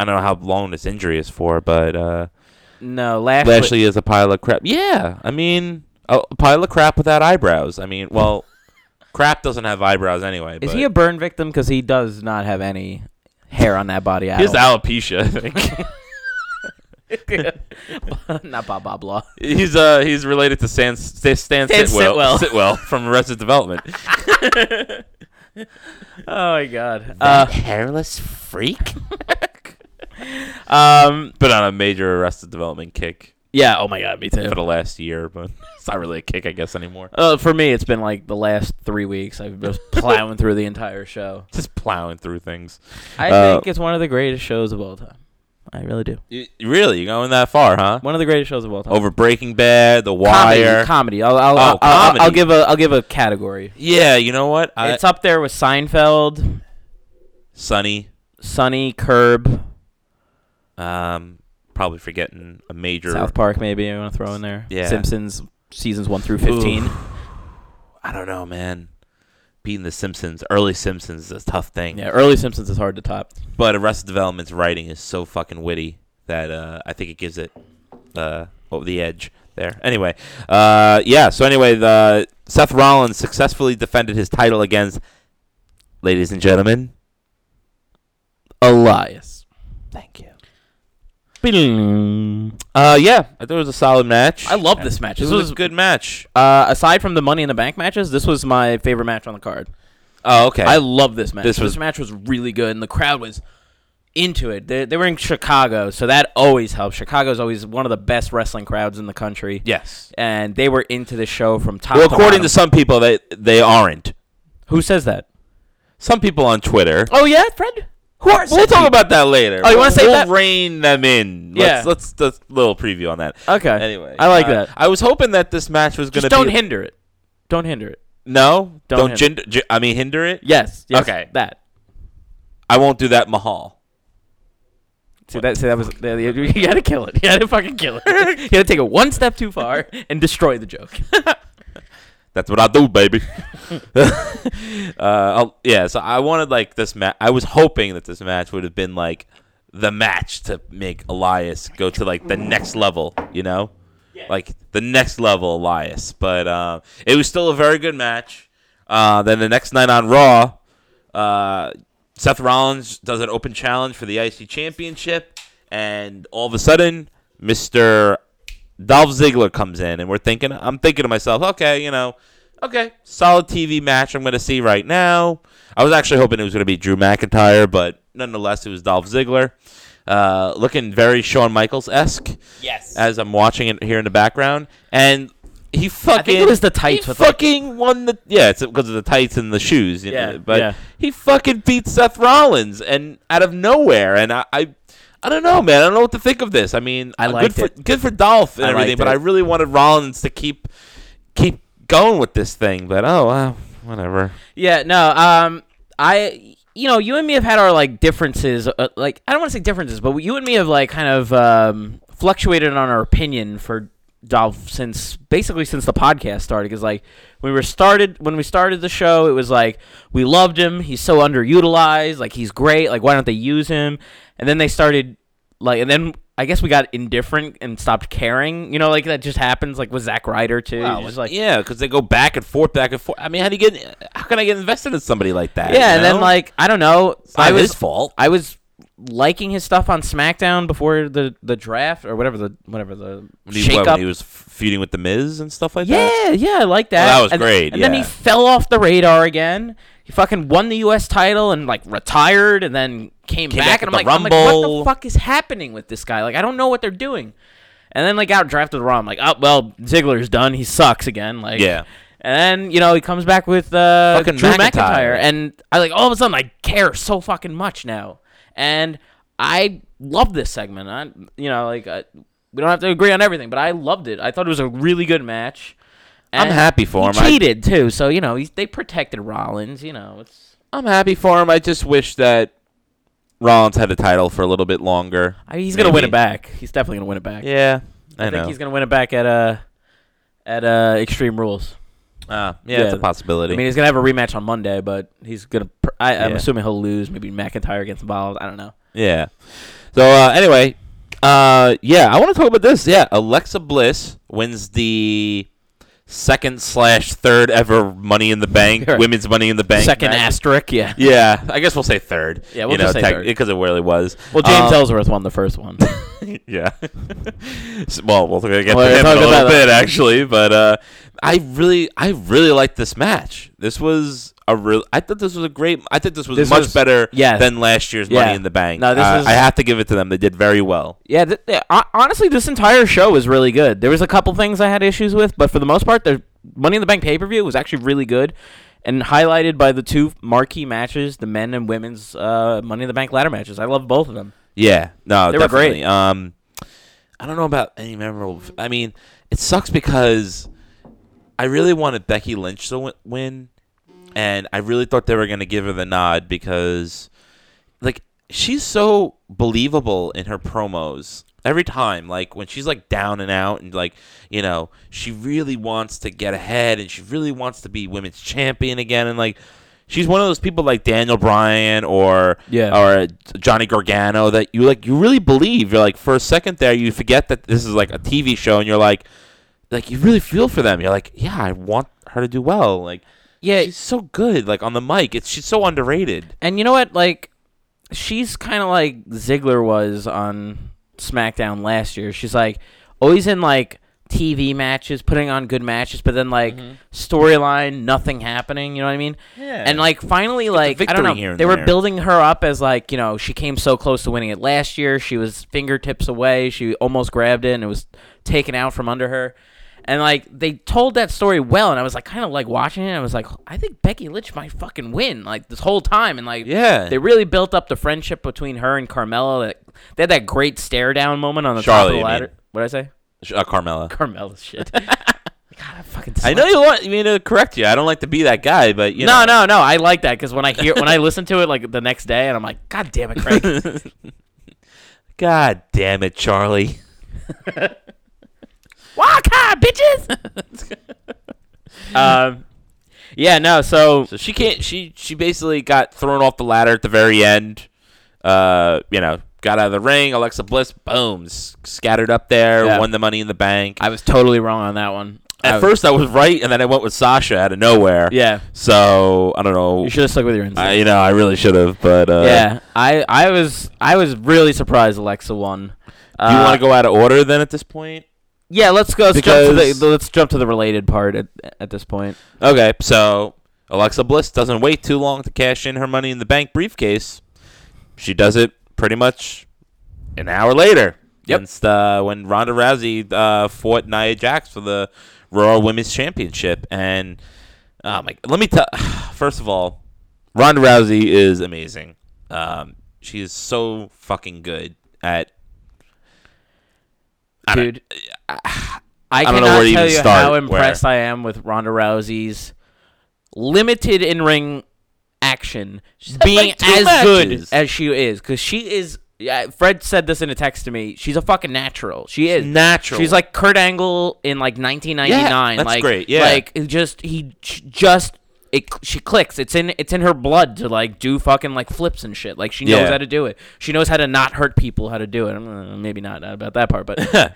Speaker 6: I don't know how long this injury is for, but uh,
Speaker 5: No, Lashley.
Speaker 6: Lashley is a pile of crap. Yeah, I mean a a pile of crap without eyebrows. I mean, well, crap doesn't have eyebrows anyway.
Speaker 5: Is
Speaker 6: but
Speaker 5: he a burn victim? Because he does not have any hair on that body at
Speaker 6: he has
Speaker 5: all.
Speaker 6: alopecia? I think
Speaker 5: not blah blah blah.
Speaker 6: he's uh he's related to Stan Stan, Stan
Speaker 5: Stan Sitwell.
Speaker 6: Sitwell, Sitwell from Arrested Development.
Speaker 5: Oh my god. Uh,
Speaker 6: Hairless freak,
Speaker 5: um.
Speaker 6: but on a major Arrested Development kick
Speaker 5: Yeah. Oh my god. Me too.
Speaker 6: for the last year, but it's not really a kick, I guess, anymore.
Speaker 5: Uh, for me, it's been like the last three weeks. I've been plowing through the entire show.
Speaker 6: Just plowing through things.
Speaker 5: I
Speaker 6: Uh,
Speaker 5: think it's one of the greatest shows of all time. I really do.
Speaker 6: You, really, you going that far, huh?
Speaker 5: One of the greatest shows of all time.
Speaker 6: Over Breaking Bad, The
Speaker 5: comedy.
Speaker 6: Wire.
Speaker 5: Comedy. I'll, I'll,
Speaker 6: Oh,
Speaker 5: I'll, I'll, I'll
Speaker 6: comedy.
Speaker 5: give a. I'll give a category.
Speaker 6: yeah, you know what? I,
Speaker 5: it's up there with Seinfeld,
Speaker 6: Sunny.
Speaker 5: Sunny, Curb,
Speaker 6: Um, probably forgetting a major.
Speaker 5: South Park. Maybe you want to throw in there.
Speaker 6: Yeah.
Speaker 5: Simpsons seasons one through fifteen.
Speaker 6: I don't know, man. Beating the Simpsons, early Simpsons, is a tough thing.
Speaker 5: Yeah, early Simpsons is hard to top.
Speaker 6: But Arrested Development's writing is so fucking witty that uh, I think it gives it uh, oh, the edge there. Anyway, uh, yeah. So anyway, the Seth Rollins successfully defended his title against, ladies and gentlemen,
Speaker 5: Elias.
Speaker 6: Thank you.
Speaker 5: I
Speaker 6: Uh, yeah, I thought it was a solid match.
Speaker 5: love this match.
Speaker 6: This
Speaker 5: This
Speaker 6: was,
Speaker 5: was
Speaker 6: a good match.
Speaker 5: uh, aside from the Money in the Bank matches, this was my favorite match on the card.
Speaker 6: Oh, okay.
Speaker 5: I love this match.
Speaker 6: This
Speaker 5: This,
Speaker 6: was-
Speaker 5: match was really good, and the crowd was into it. They, they were in Chicago, so that always helps. Chicago's always one of the best wrestling crowds in the country.
Speaker 6: yes.
Speaker 5: and they were into the show from top.
Speaker 6: Well,
Speaker 5: to
Speaker 6: according
Speaker 5: bottom.
Speaker 6: to some people, they they aren't.
Speaker 5: who says that?
Speaker 6: some people on Twitter.
Speaker 5: Oh yeah, Fred. Who are?
Speaker 6: We'll talk about that later.
Speaker 5: Oh, you wanna
Speaker 6: We'll-
Speaker 5: save
Speaker 6: we'll
Speaker 5: that?
Speaker 6: rein them in.
Speaker 5: Yeah.
Speaker 6: Let's, let's let's little preview on that.
Speaker 5: Okay.
Speaker 6: Anyway,
Speaker 5: I like
Speaker 6: uh,
Speaker 5: that.
Speaker 6: I was hoping that this match was gonna
Speaker 5: Just don't
Speaker 6: be
Speaker 5: hinder it. Don't hinder it.
Speaker 6: no,
Speaker 5: Don't
Speaker 6: don't,
Speaker 5: hinder.
Speaker 6: gender, gi- I mean hinder it.
Speaker 5: Yes. yes
Speaker 6: Okay.
Speaker 5: That.
Speaker 6: I won't do that, Mahal.
Speaker 5: See that? See that was that- you had to kill it. You had to fucking kill it. you had to take it one step too far and destroy the joke.
Speaker 6: That's what I do, baby. uh, I'll- yeah, so I wanted like this match. I was hoping that this match would have been like the match to make Elias go to like the next level, you know, like the next level Elias. But uh, it was still a very good match. Uh, then the next night on Raw, uh, Seth Rollins does an open challenge for the IC Championship, and all of a sudden, Mister Dolph Ziggler comes in, and we're thinking, I'm thinking to myself, okay, you know, okay, solid TV match I'm going to see right now. I was actually hoping it was going to be Drew McIntyre, but nonetheless, it was Dolph Ziggler. Uh, looking very Shawn Michaels esque. Yes. As I'm watching it here in the background, and he fucking.
Speaker 5: it was the tights
Speaker 6: He
Speaker 5: with, like-
Speaker 6: fucking won the. Yeah, it's because of the tights and the shoes. you
Speaker 5: Yeah,
Speaker 6: know, but
Speaker 5: yeah.
Speaker 6: he fucking beat Seth Rollins and out of nowhere, and I. I I don't know, man. I don't know what to think of this. I mean,
Speaker 5: I
Speaker 6: uh, good
Speaker 5: liked
Speaker 6: for,
Speaker 5: it.
Speaker 6: good for Dolph and
Speaker 5: I
Speaker 6: everything,
Speaker 5: liked
Speaker 6: but
Speaker 5: it.
Speaker 6: I really wanted Rollins to keep keep going with this thing. But oh, well, whatever.
Speaker 5: Yeah, no. Um, I, you know, you and me have had our like differences. Uh, like, I don't want to say differences, but you and me have like kind of um, fluctuated on our opinion for Dolph since basically since the podcast started. Because like when we were started when we started the show, it was like we loved him. He's so underutilized. Like he's great. Like why don't they use him? And then they started like, and then. I guess we got indifferent and stopped caring. You know, like that just happens, like with Zack Ryder too. You're just like,
Speaker 6: yeah, because they go back and forth, back and forth. I mean, how do you get? How can I get invested in somebody like that?
Speaker 5: Yeah,
Speaker 6: you
Speaker 5: and then
Speaker 6: know?
Speaker 5: like I don't know.
Speaker 6: not
Speaker 5: I was,
Speaker 6: his fault.
Speaker 5: I was liking his stuff on SmackDown before the the draft or whatever the whatever the
Speaker 6: when he, what,
Speaker 5: shakeup.
Speaker 6: when he was f- feuding with the Miz and stuff like that.
Speaker 5: yeah, yeah, I like that.
Speaker 6: Well, that was
Speaker 5: and,
Speaker 6: great,
Speaker 5: And then he
Speaker 6: yeah.
Speaker 5: fell off the radar again. He fucking won the U.S. title and like retired, and then came,
Speaker 6: Came
Speaker 5: back.
Speaker 6: back
Speaker 5: and I'm
Speaker 6: with
Speaker 5: like,
Speaker 6: the
Speaker 5: I'm like, what the
Speaker 6: Rumble.
Speaker 5: fuck is happening with this guy? Like, I don't know what they're doing. And then like out drafted Raw. I'm like, oh well, Ziggler's done. He sucks again. Like,
Speaker 6: Yeah.
Speaker 5: And then you know he comes back with uh,
Speaker 6: Fucking
Speaker 5: Drew
Speaker 6: McIntyre.
Speaker 5: McIntyre, and I like all of a sudden I care so fucking much now, and I love this segment. I you know like I, we don't have to agree on everything, but I loved it. I thought it was a really good match.
Speaker 6: I'm
Speaker 5: And
Speaker 6: happy for
Speaker 5: he
Speaker 6: him. I-
Speaker 5: Cheated too, so you know he's, they protected Rollins. You know it's
Speaker 6: I'm happy for him. I just wish that Rollins had the title for a little bit longer.
Speaker 5: I, he's gonna win it
Speaker 6: Maybe.
Speaker 5: back. He's definitely gonna win it back.
Speaker 6: Yeah, I,
Speaker 5: I
Speaker 6: know.
Speaker 5: think he's gonna win it back at uh at uh Extreme Rules.
Speaker 6: Uh, yeah, it's a
Speaker 5: Yeah.
Speaker 6: possibility.
Speaker 5: I mean, he's gonna have a rematch on Monday, but he's gonna. Pr- I, I'm
Speaker 6: Yeah.
Speaker 5: assuming he'll lose. Maybe McIntyre gets involved. I don't know.
Speaker 6: yeah. So uh, anyway, uh, yeah, I want to talk about this. Yeah, Alexa Bliss wins the second slash third ever Money in the Bank,
Speaker 5: Right.
Speaker 6: women's Money in the Bank.
Speaker 5: Second
Speaker 6: match.
Speaker 5: asterisk, yeah.
Speaker 6: Yeah, I guess we'll say third.
Speaker 5: Yeah, we'll just say third.
Speaker 6: because it really was.
Speaker 5: Well, James
Speaker 6: Um,
Speaker 5: Ellsworth won the first one.
Speaker 6: Yeah. S- well, we'll get to
Speaker 5: Well,
Speaker 6: him
Speaker 5: talk
Speaker 6: in a
Speaker 5: about
Speaker 6: little
Speaker 5: that.
Speaker 6: bit actually, but uh, I really, I really liked this match. This was a real. I thought this was a great. I think this was
Speaker 5: This
Speaker 6: much
Speaker 5: was-
Speaker 6: better
Speaker 5: yes.
Speaker 6: than last year's
Speaker 5: Yeah.
Speaker 6: Money in the Bank.
Speaker 5: No, this
Speaker 6: Uh,
Speaker 5: is-
Speaker 6: I have to give it to them. They did very well.
Speaker 5: yeah, th- th- hon- honestly, this entire show was really good. There was a couple things I had issues with, but for the most part, the Money in the Bank pay per view was actually really good, and highlighted by the two marquee matches, the men and women's uh, Money in the Bank ladder matches. I love both of them.
Speaker 6: Yeah. No,
Speaker 5: They were great.
Speaker 6: definitely. Um, I don't know about any memorable. f- I mean, it sucks because I really wanted Becky Lynch to wi- win, and I really thought they were going to give her the nod because, like, she's so believable in her promos every time. Like when she's like down and out, and like you know, she really wants to get ahead, and she really wants to be women's champion again, and like. She's one of those people like Daniel Bryan or
Speaker 5: Yeah.
Speaker 6: or Johnny Gargano that you like you really believe. You're like for a second there you forget that this is like a TV show and you're like like you really feel for them. You're like, yeah, I want her to do well. Like,
Speaker 5: Yeah.
Speaker 6: she's so good. Like on the mic, it's she's so underrated.
Speaker 5: And you know what? Like, she's kind of like Ziggler was on SmackDown last year. She's like always in like TV matches, putting on good matches, but then like
Speaker 6: Mm-hmm.
Speaker 5: storyline, nothing happening. You know what I mean? Yeah. And like finally, like I don't
Speaker 6: victory
Speaker 5: know,
Speaker 6: here and
Speaker 5: they were
Speaker 6: there.
Speaker 5: building her up as like you know she came so close to winning it last year. She was fingertips away. She almost grabbed it and it was taken out from under her. And like they told that story well, and I was like kind of like watching it. And I was like, I think Becky Lynch might fucking win like this whole time, and like
Speaker 6: Yeah.
Speaker 5: they really built up the friendship between her and Carmella. That they had that great stare down moment on the top
Speaker 6: Charlotte,
Speaker 5: of
Speaker 6: you
Speaker 5: the
Speaker 6: mean.
Speaker 5: ladder. What did I say?
Speaker 6: Sh- Uh, Carmella.
Speaker 5: Carmella shit. God, I fucking.
Speaker 6: I know you want me to correct you. I don't like to be that guy, but you
Speaker 5: No,
Speaker 6: know.
Speaker 5: no, no. I like that because when I hear when I listen to it like the next day, and I'm like, God damn it, Craig.
Speaker 6: God damn it, Charlie.
Speaker 5: Walk high, bitches. um, yeah, no. So
Speaker 6: So she can't. She she basically got thrown off the ladder at the very end. Uh, you know, got out of the ring. Alexa Bliss, boom, s- scattered up there,
Speaker 5: Yeah.
Speaker 6: won the Money in the Bank.
Speaker 5: I was totally wrong on that one.
Speaker 6: at
Speaker 5: I-
Speaker 6: first, I was right, and then I went with Sasha out of nowhere.
Speaker 5: yeah,
Speaker 6: So I don't know.
Speaker 5: you should have stuck with your instincts.
Speaker 6: I, you know, I really should have, but uh,
Speaker 5: yeah, I, I was I was really surprised Alexa won.
Speaker 6: Do you
Speaker 5: Uh,
Speaker 6: want to go out of order then at this point?
Speaker 5: Yeah, let's go. Let's jump, to
Speaker 6: Because-
Speaker 5: the, let's jump to the related part at, at this point.
Speaker 6: Okay, so Alexa Bliss doesn't wait too long to cash in her money in the bank briefcase. She does it pretty much an hour later.
Speaker 5: Yep.
Speaker 6: Against, uh, when Ronda Rousey uh, fought Nia Jax for the Royal Women's Championship, and oh my, let me tell. First of all, Ronda Rousey is amazing. Um, she is so fucking good at. I don't-
Speaker 5: Dude, I,
Speaker 6: don't know
Speaker 5: cannot
Speaker 6: where to
Speaker 5: tell
Speaker 6: even
Speaker 5: you
Speaker 6: start,
Speaker 5: how
Speaker 6: where-
Speaker 5: impressed I am with Ronda Rousey's limited in ring action being
Speaker 6: like two
Speaker 5: as
Speaker 6: matches.
Speaker 5: good as she is because she is. Yeah, Fred said this in a text to me. She's a fucking natural. She is
Speaker 6: natural.
Speaker 5: She's like Kurt Angle in like 1999.
Speaker 6: Yeah, that's
Speaker 5: like,
Speaker 6: great, yeah.
Speaker 5: like it just he j- just it. cl- She clicks. It's in it's in her blood to like do fucking like flips and shit. Like she knows
Speaker 6: Yeah.
Speaker 5: how to do it. She knows how to not hurt people. How to do it. Uh, Maybe not, not about that part, but
Speaker 6: Did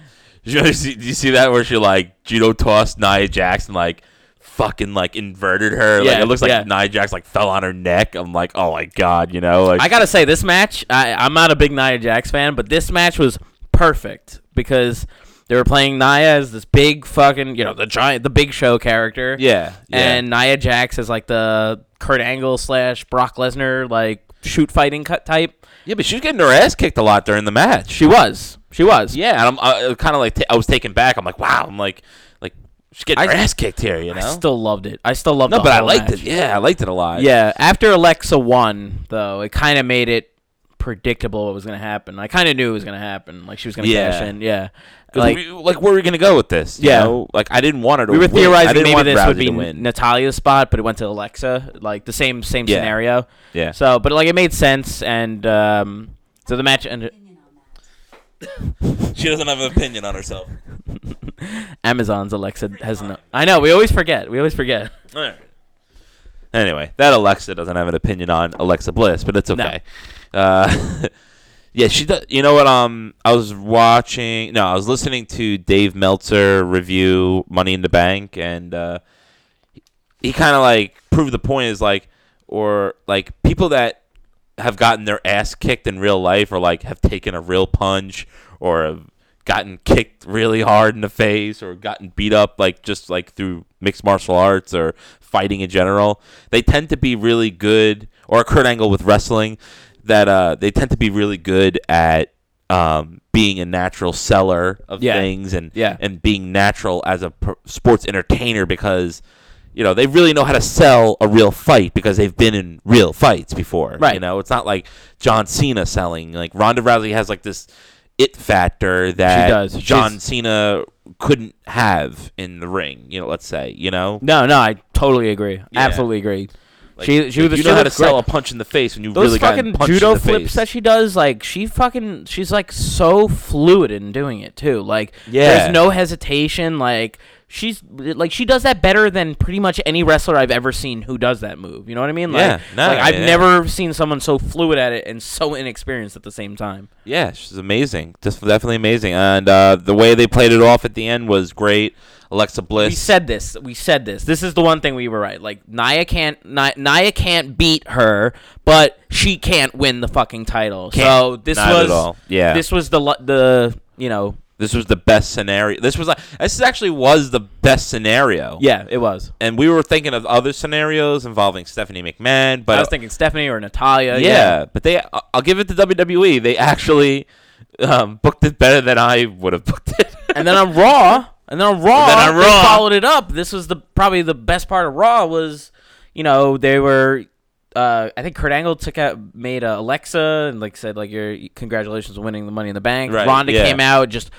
Speaker 6: you, ever see, did you see that where she like judo tossed Nia Jackson like fucking like inverted her? like
Speaker 5: Yeah,
Speaker 6: it looks like
Speaker 5: yeah.
Speaker 6: Nia Jackson like fell on her neck. I'm like, oh my god, you know, like
Speaker 5: I gotta say, this match, I, I'm not a big Nia Jax fan, but this match was perfect because they were playing Nia as this big fucking, you know, the giant, the big show character.
Speaker 6: yeah, yeah.
Speaker 5: And Nia Jax is like the Kurt Angle slash Brock Lesnar, like shoot fighting cut type.
Speaker 6: yeah, but she was getting her ass kicked a lot during the match.
Speaker 5: She was. She was.
Speaker 6: yeah, and I'm I, kind of like ta- I was taken back. I'm like, wow, I'm like like she's getting
Speaker 5: I-
Speaker 6: her ass kicked here, you know?
Speaker 5: I still loved it. I still loved
Speaker 6: no,
Speaker 5: the
Speaker 6: but I
Speaker 5: whole
Speaker 6: liked
Speaker 5: match.
Speaker 6: it. Yeah, I liked it a lot.
Speaker 5: Yeah, after Alexa won, though, it kind of made it predictable what was going to happen. I kind of knew it was going to happen. Like, she was going to
Speaker 6: Yeah.
Speaker 5: cash in. Yeah.
Speaker 6: Like, we, like where are we gonna go with this? you
Speaker 5: Yeah.
Speaker 6: know? like I didn't want her to.
Speaker 5: we were
Speaker 6: win. I
Speaker 5: theorizing
Speaker 6: didn't
Speaker 5: maybe
Speaker 6: want
Speaker 5: this
Speaker 6: Rousey
Speaker 5: would be
Speaker 6: to win.
Speaker 5: Natalia's spot, but it went to Alexa, like the same same
Speaker 6: Yeah.
Speaker 5: scenario.
Speaker 6: Yeah.
Speaker 5: So, but like it made sense, and um, so the match ended.
Speaker 6: she doesn't have an opinion on herself.
Speaker 5: Amazon's Alexa has no. I know we always forget. We always forget.
Speaker 6: Anyway, that Alexa doesn't have an opinion on Alexa Bliss, but it's okay. Uh, yeah, she does. You know what? Um, I was watching. No, I was listening to Dave Meltzer review Money in the Bank, and uh, he kind of like proved the point is like, or like people that have gotten their ass kicked in real life, or like have taken a real punch, or have gotten kicked really hard in the face, or gotten beat up, like just like through mixed martial arts or fighting in general, they tend to be really good, or Kurt Angle with wrestling, that uh, they tend to be really good at um, being a natural seller of
Speaker 5: Yeah.
Speaker 6: things and
Speaker 5: Yeah.
Speaker 6: and being natural as a per- sports entertainer because you know they really know how to sell a real fight because they've been in real fights before. You
Speaker 5: Right.
Speaker 6: know, it's not like John Cena selling. Like Ronda Rousey has like this it factor that
Speaker 5: does.
Speaker 6: John
Speaker 5: She's-
Speaker 6: Cena couldn't have in the ring. You know, let's say you know.
Speaker 5: No, no, I totally agree. Absolutely agree. she she
Speaker 6: Like,
Speaker 5: was
Speaker 6: you
Speaker 5: she
Speaker 6: know how to
Speaker 5: looked
Speaker 6: sell
Speaker 5: great.
Speaker 6: a punch in the face when you've
Speaker 5: Those
Speaker 6: really gotten
Speaker 5: fucking
Speaker 6: punched
Speaker 5: judo
Speaker 6: in the
Speaker 5: flips
Speaker 6: face.
Speaker 5: that she does, like she fucking, she's like so fluid in doing it too. Like,
Speaker 6: Yeah.
Speaker 5: there's no hesitation. Like she's like she does that better than pretty much any wrestler I've ever seen who does that move. You know what I mean? Like,
Speaker 6: Yeah, no,
Speaker 5: like
Speaker 6: I
Speaker 5: I've
Speaker 6: mean, yeah.
Speaker 5: never seen someone so fluid at it and so inexperienced at the same time.
Speaker 6: Yeah, she's amazing. Just definitely amazing. And uh, the way they played it off at the end was great. Alexa Bliss.
Speaker 5: We said this. We said this. This is the one thing we were right. Like Nia can't Nia, Nia can't beat her, but she can't win the fucking title. so this
Speaker 6: Not at
Speaker 5: was
Speaker 6: all. Yeah.
Speaker 5: This was the lu- the you know
Speaker 6: this was the best scenario. This was like this actually was the best scenario.
Speaker 5: yeah it was.
Speaker 6: And we were thinking of other scenarios involving Stephanie McMahon, but uh,
Speaker 5: I was thinking Stephanie or Natalia.
Speaker 6: yeah, but they I- I'll give it to E. WWE. They actually um, booked it better than I would have booked it.
Speaker 5: and then on Raw, And then on Raw,
Speaker 6: then on
Speaker 5: they
Speaker 6: Raw-
Speaker 5: followed it up. This was the probably the best part of Raw was, you know, they were. Uh, I think Kurt Angle took out made uh, Alexa and like said like your congratulations on winning the Money in the Bank.
Speaker 6: Right,
Speaker 5: Ronda
Speaker 6: yeah.
Speaker 5: came out just.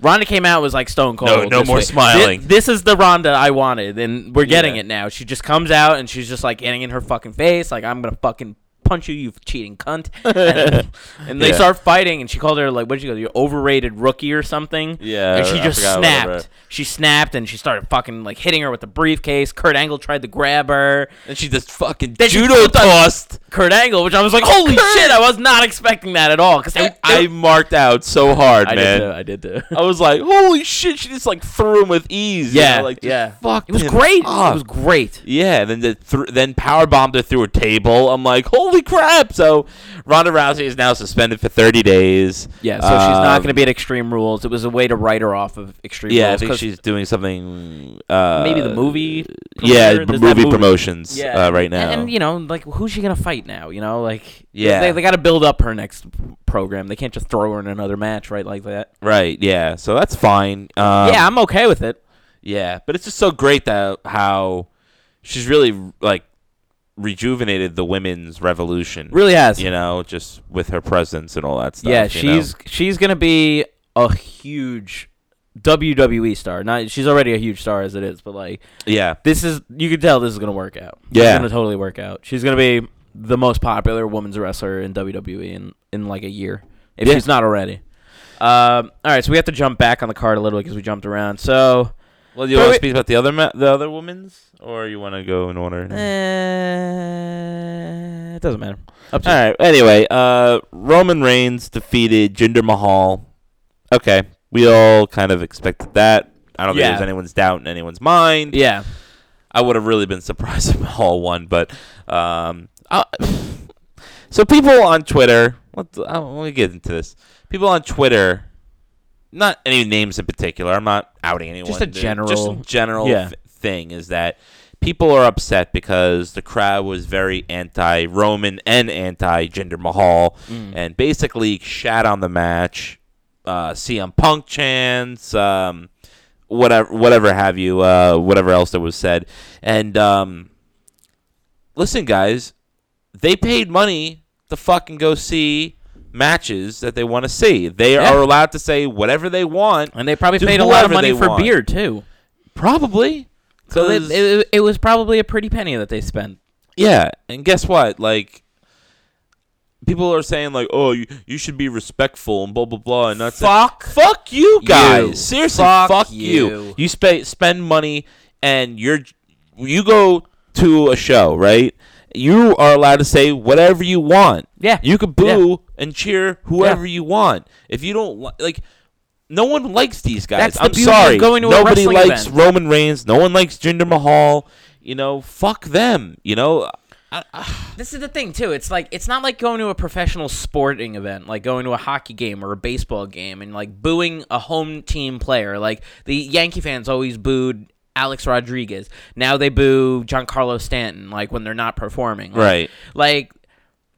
Speaker 5: Ronda came out was like Stone Cold.
Speaker 6: no
Speaker 5: this
Speaker 6: more
Speaker 5: way.
Speaker 6: smiling.
Speaker 5: Thi- This, is the Ronda I wanted, and we're getting
Speaker 6: Yeah.
Speaker 5: it now. She just comes out and she's just like getting in her fucking face, like I'm gonna fucking punch you, you cheating cunt. And, and they
Speaker 6: Yeah.
Speaker 5: start fighting, and she called her like what did she call her, you overrated rookie or something.
Speaker 6: Yeah,
Speaker 5: And she
Speaker 6: I
Speaker 5: just
Speaker 6: forgot
Speaker 5: snapped.
Speaker 6: whatever.
Speaker 5: She snapped and she started fucking like hitting her with the briefcase. Kurt Angle tried to grab her.
Speaker 6: And she just fucking
Speaker 5: Then she
Speaker 6: judo
Speaker 5: flipped on-
Speaker 6: tossed.
Speaker 5: Kurt Angle, which I was like, holy shit, I was not expecting that at all. Because
Speaker 6: I, I marked out so hard, man.
Speaker 5: I did too.
Speaker 6: I was like, holy shit! She just like threw him with ease. you
Speaker 5: yeah,
Speaker 6: know, like just
Speaker 5: yeah.
Speaker 6: fucked
Speaker 5: It was
Speaker 6: him
Speaker 5: great.
Speaker 6: up.
Speaker 5: It was great.
Speaker 6: Yeah, and then the thr then power bombed her through a table. I'm like, holy crap! So Ronda Rousey is now suspended for 30 days.
Speaker 5: Yeah, so she's not
Speaker 6: Um,
Speaker 5: going to be at Extreme Rules. It was a way to write her off of Extreme
Speaker 6: Yeah, I
Speaker 5: Rules.
Speaker 6: think
Speaker 5: 'cause
Speaker 6: she's doing something. Uh,
Speaker 5: maybe the movie.
Speaker 6: Yeah,
Speaker 5: promoter? There's that
Speaker 6: movie, promotions uh, right now.
Speaker 5: And, and, you know, like who's she gonna fight now? You know, like
Speaker 6: Yeah.
Speaker 5: they, they got to build up her next program. They can't just throw her in another match right like that.
Speaker 6: right? Yeah, so that's fine. Um,
Speaker 5: yeah, I'm okay with it.
Speaker 6: yeah, but it's just so great that how she's really like rejuvenated the women's revolution.
Speaker 5: Really has.
Speaker 6: you know, just with her presence and all that stuff.
Speaker 5: yeah,
Speaker 6: you know?
Speaker 5: she's she's gonna be a huge WWE star. Not she's already a huge star as it is, but like
Speaker 6: yeah.
Speaker 5: this is you can tell this is gonna work out.
Speaker 6: Yeah.
Speaker 5: it's gonna totally work out. She's gonna be the most popular women's wrestler in WWE in in like a year if
Speaker 6: Yeah.
Speaker 5: she's not already. Um, all right, so we have to jump back on the card a little because we jumped around. So
Speaker 6: Well, do you
Speaker 5: But
Speaker 6: want to
Speaker 5: wait-
Speaker 6: speak about the other ma- the other women's, or you want to go in order?
Speaker 5: Uh, it doesn't matter. Up to
Speaker 6: All right. Anyway, uh, Roman Reigns defeated Jinder Mahal. Okay, we all kind of expected that. I don't
Speaker 5: Yeah.
Speaker 6: think there's anyone's doubt in anyone's mind.
Speaker 5: Yeah.
Speaker 6: I would have really been surprised if Mahal won, but um, I, so people on Twitter. What the, I want to get into this. People on Twitter, not any names in particular. I'm not outing anyone.
Speaker 5: Just a
Speaker 6: They're- just
Speaker 5: general-
Speaker 6: a general
Speaker 5: yeah.
Speaker 6: f- thing is that people are upset because the crowd was very anti-Roman and anti-Jinder Mahal,
Speaker 5: Mm.
Speaker 6: and basically shat on the match. Uh, CM Punk chants. Um, whatever whatever have you uh whatever else that was said and um listen guys they paid money to fucking go see matches that they want to see they
Speaker 5: Yeah.
Speaker 6: are allowed to say whatever they want
Speaker 5: And they probably
Speaker 6: to
Speaker 5: paid a lot of
Speaker 6: whoever
Speaker 5: money
Speaker 6: they
Speaker 5: for
Speaker 6: want.
Speaker 5: beer too.
Speaker 6: probably
Speaker 5: So
Speaker 6: because
Speaker 5: they, it, it was probably a pretty penny that they spent.
Speaker 6: yeah and guess what like people are saying like oh you, you should be respectful and blah blah blah and not say-
Speaker 5: Fuck.
Speaker 6: Fuck you guys. Seriously,
Speaker 5: Fuck
Speaker 6: fuck, you.
Speaker 5: you.
Speaker 6: You, sp- spend money and you're you go to a show, right? You are allowed to say whatever you want.
Speaker 5: Yeah.
Speaker 6: You could
Speaker 5: Yeah.
Speaker 6: boo and cheer whoever you want. If you don't li- like no one likes these guys.
Speaker 5: That's the
Speaker 6: I'm
Speaker 5: beauty of
Speaker 6: sorry.
Speaker 5: going to a
Speaker 6: Nobody
Speaker 5: wrestling
Speaker 6: likes
Speaker 5: event.
Speaker 6: Roman Reigns. No one likes Jinder Mahal. You know, fuck them. You know,
Speaker 5: This is the thing too. It's like it's not like going to a professional sporting event, like going to a hockey game or a baseball game, and like booing a home team player. Like the Yankee fans always booed Alex Rodriguez. Now they boo Giancarlo Stanton, like when they're not performing. Like-
Speaker 6: Right.
Speaker 5: Like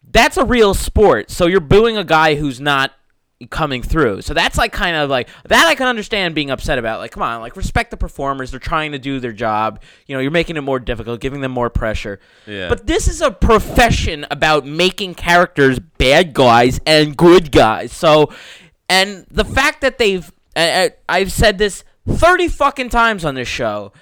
Speaker 5: that's a real sport. So you're booing a guy who's not coming through. So that's like kind of like that I can understand being upset about. Like, come on, like respect the performers. They're trying to do their job. You know, you're making it more difficult, giving them more pressure.
Speaker 6: Yeah.
Speaker 5: But this is a profession about making characters bad guys and good guys. So and the fact that they've I, I- I've said this 30 fucking times on this show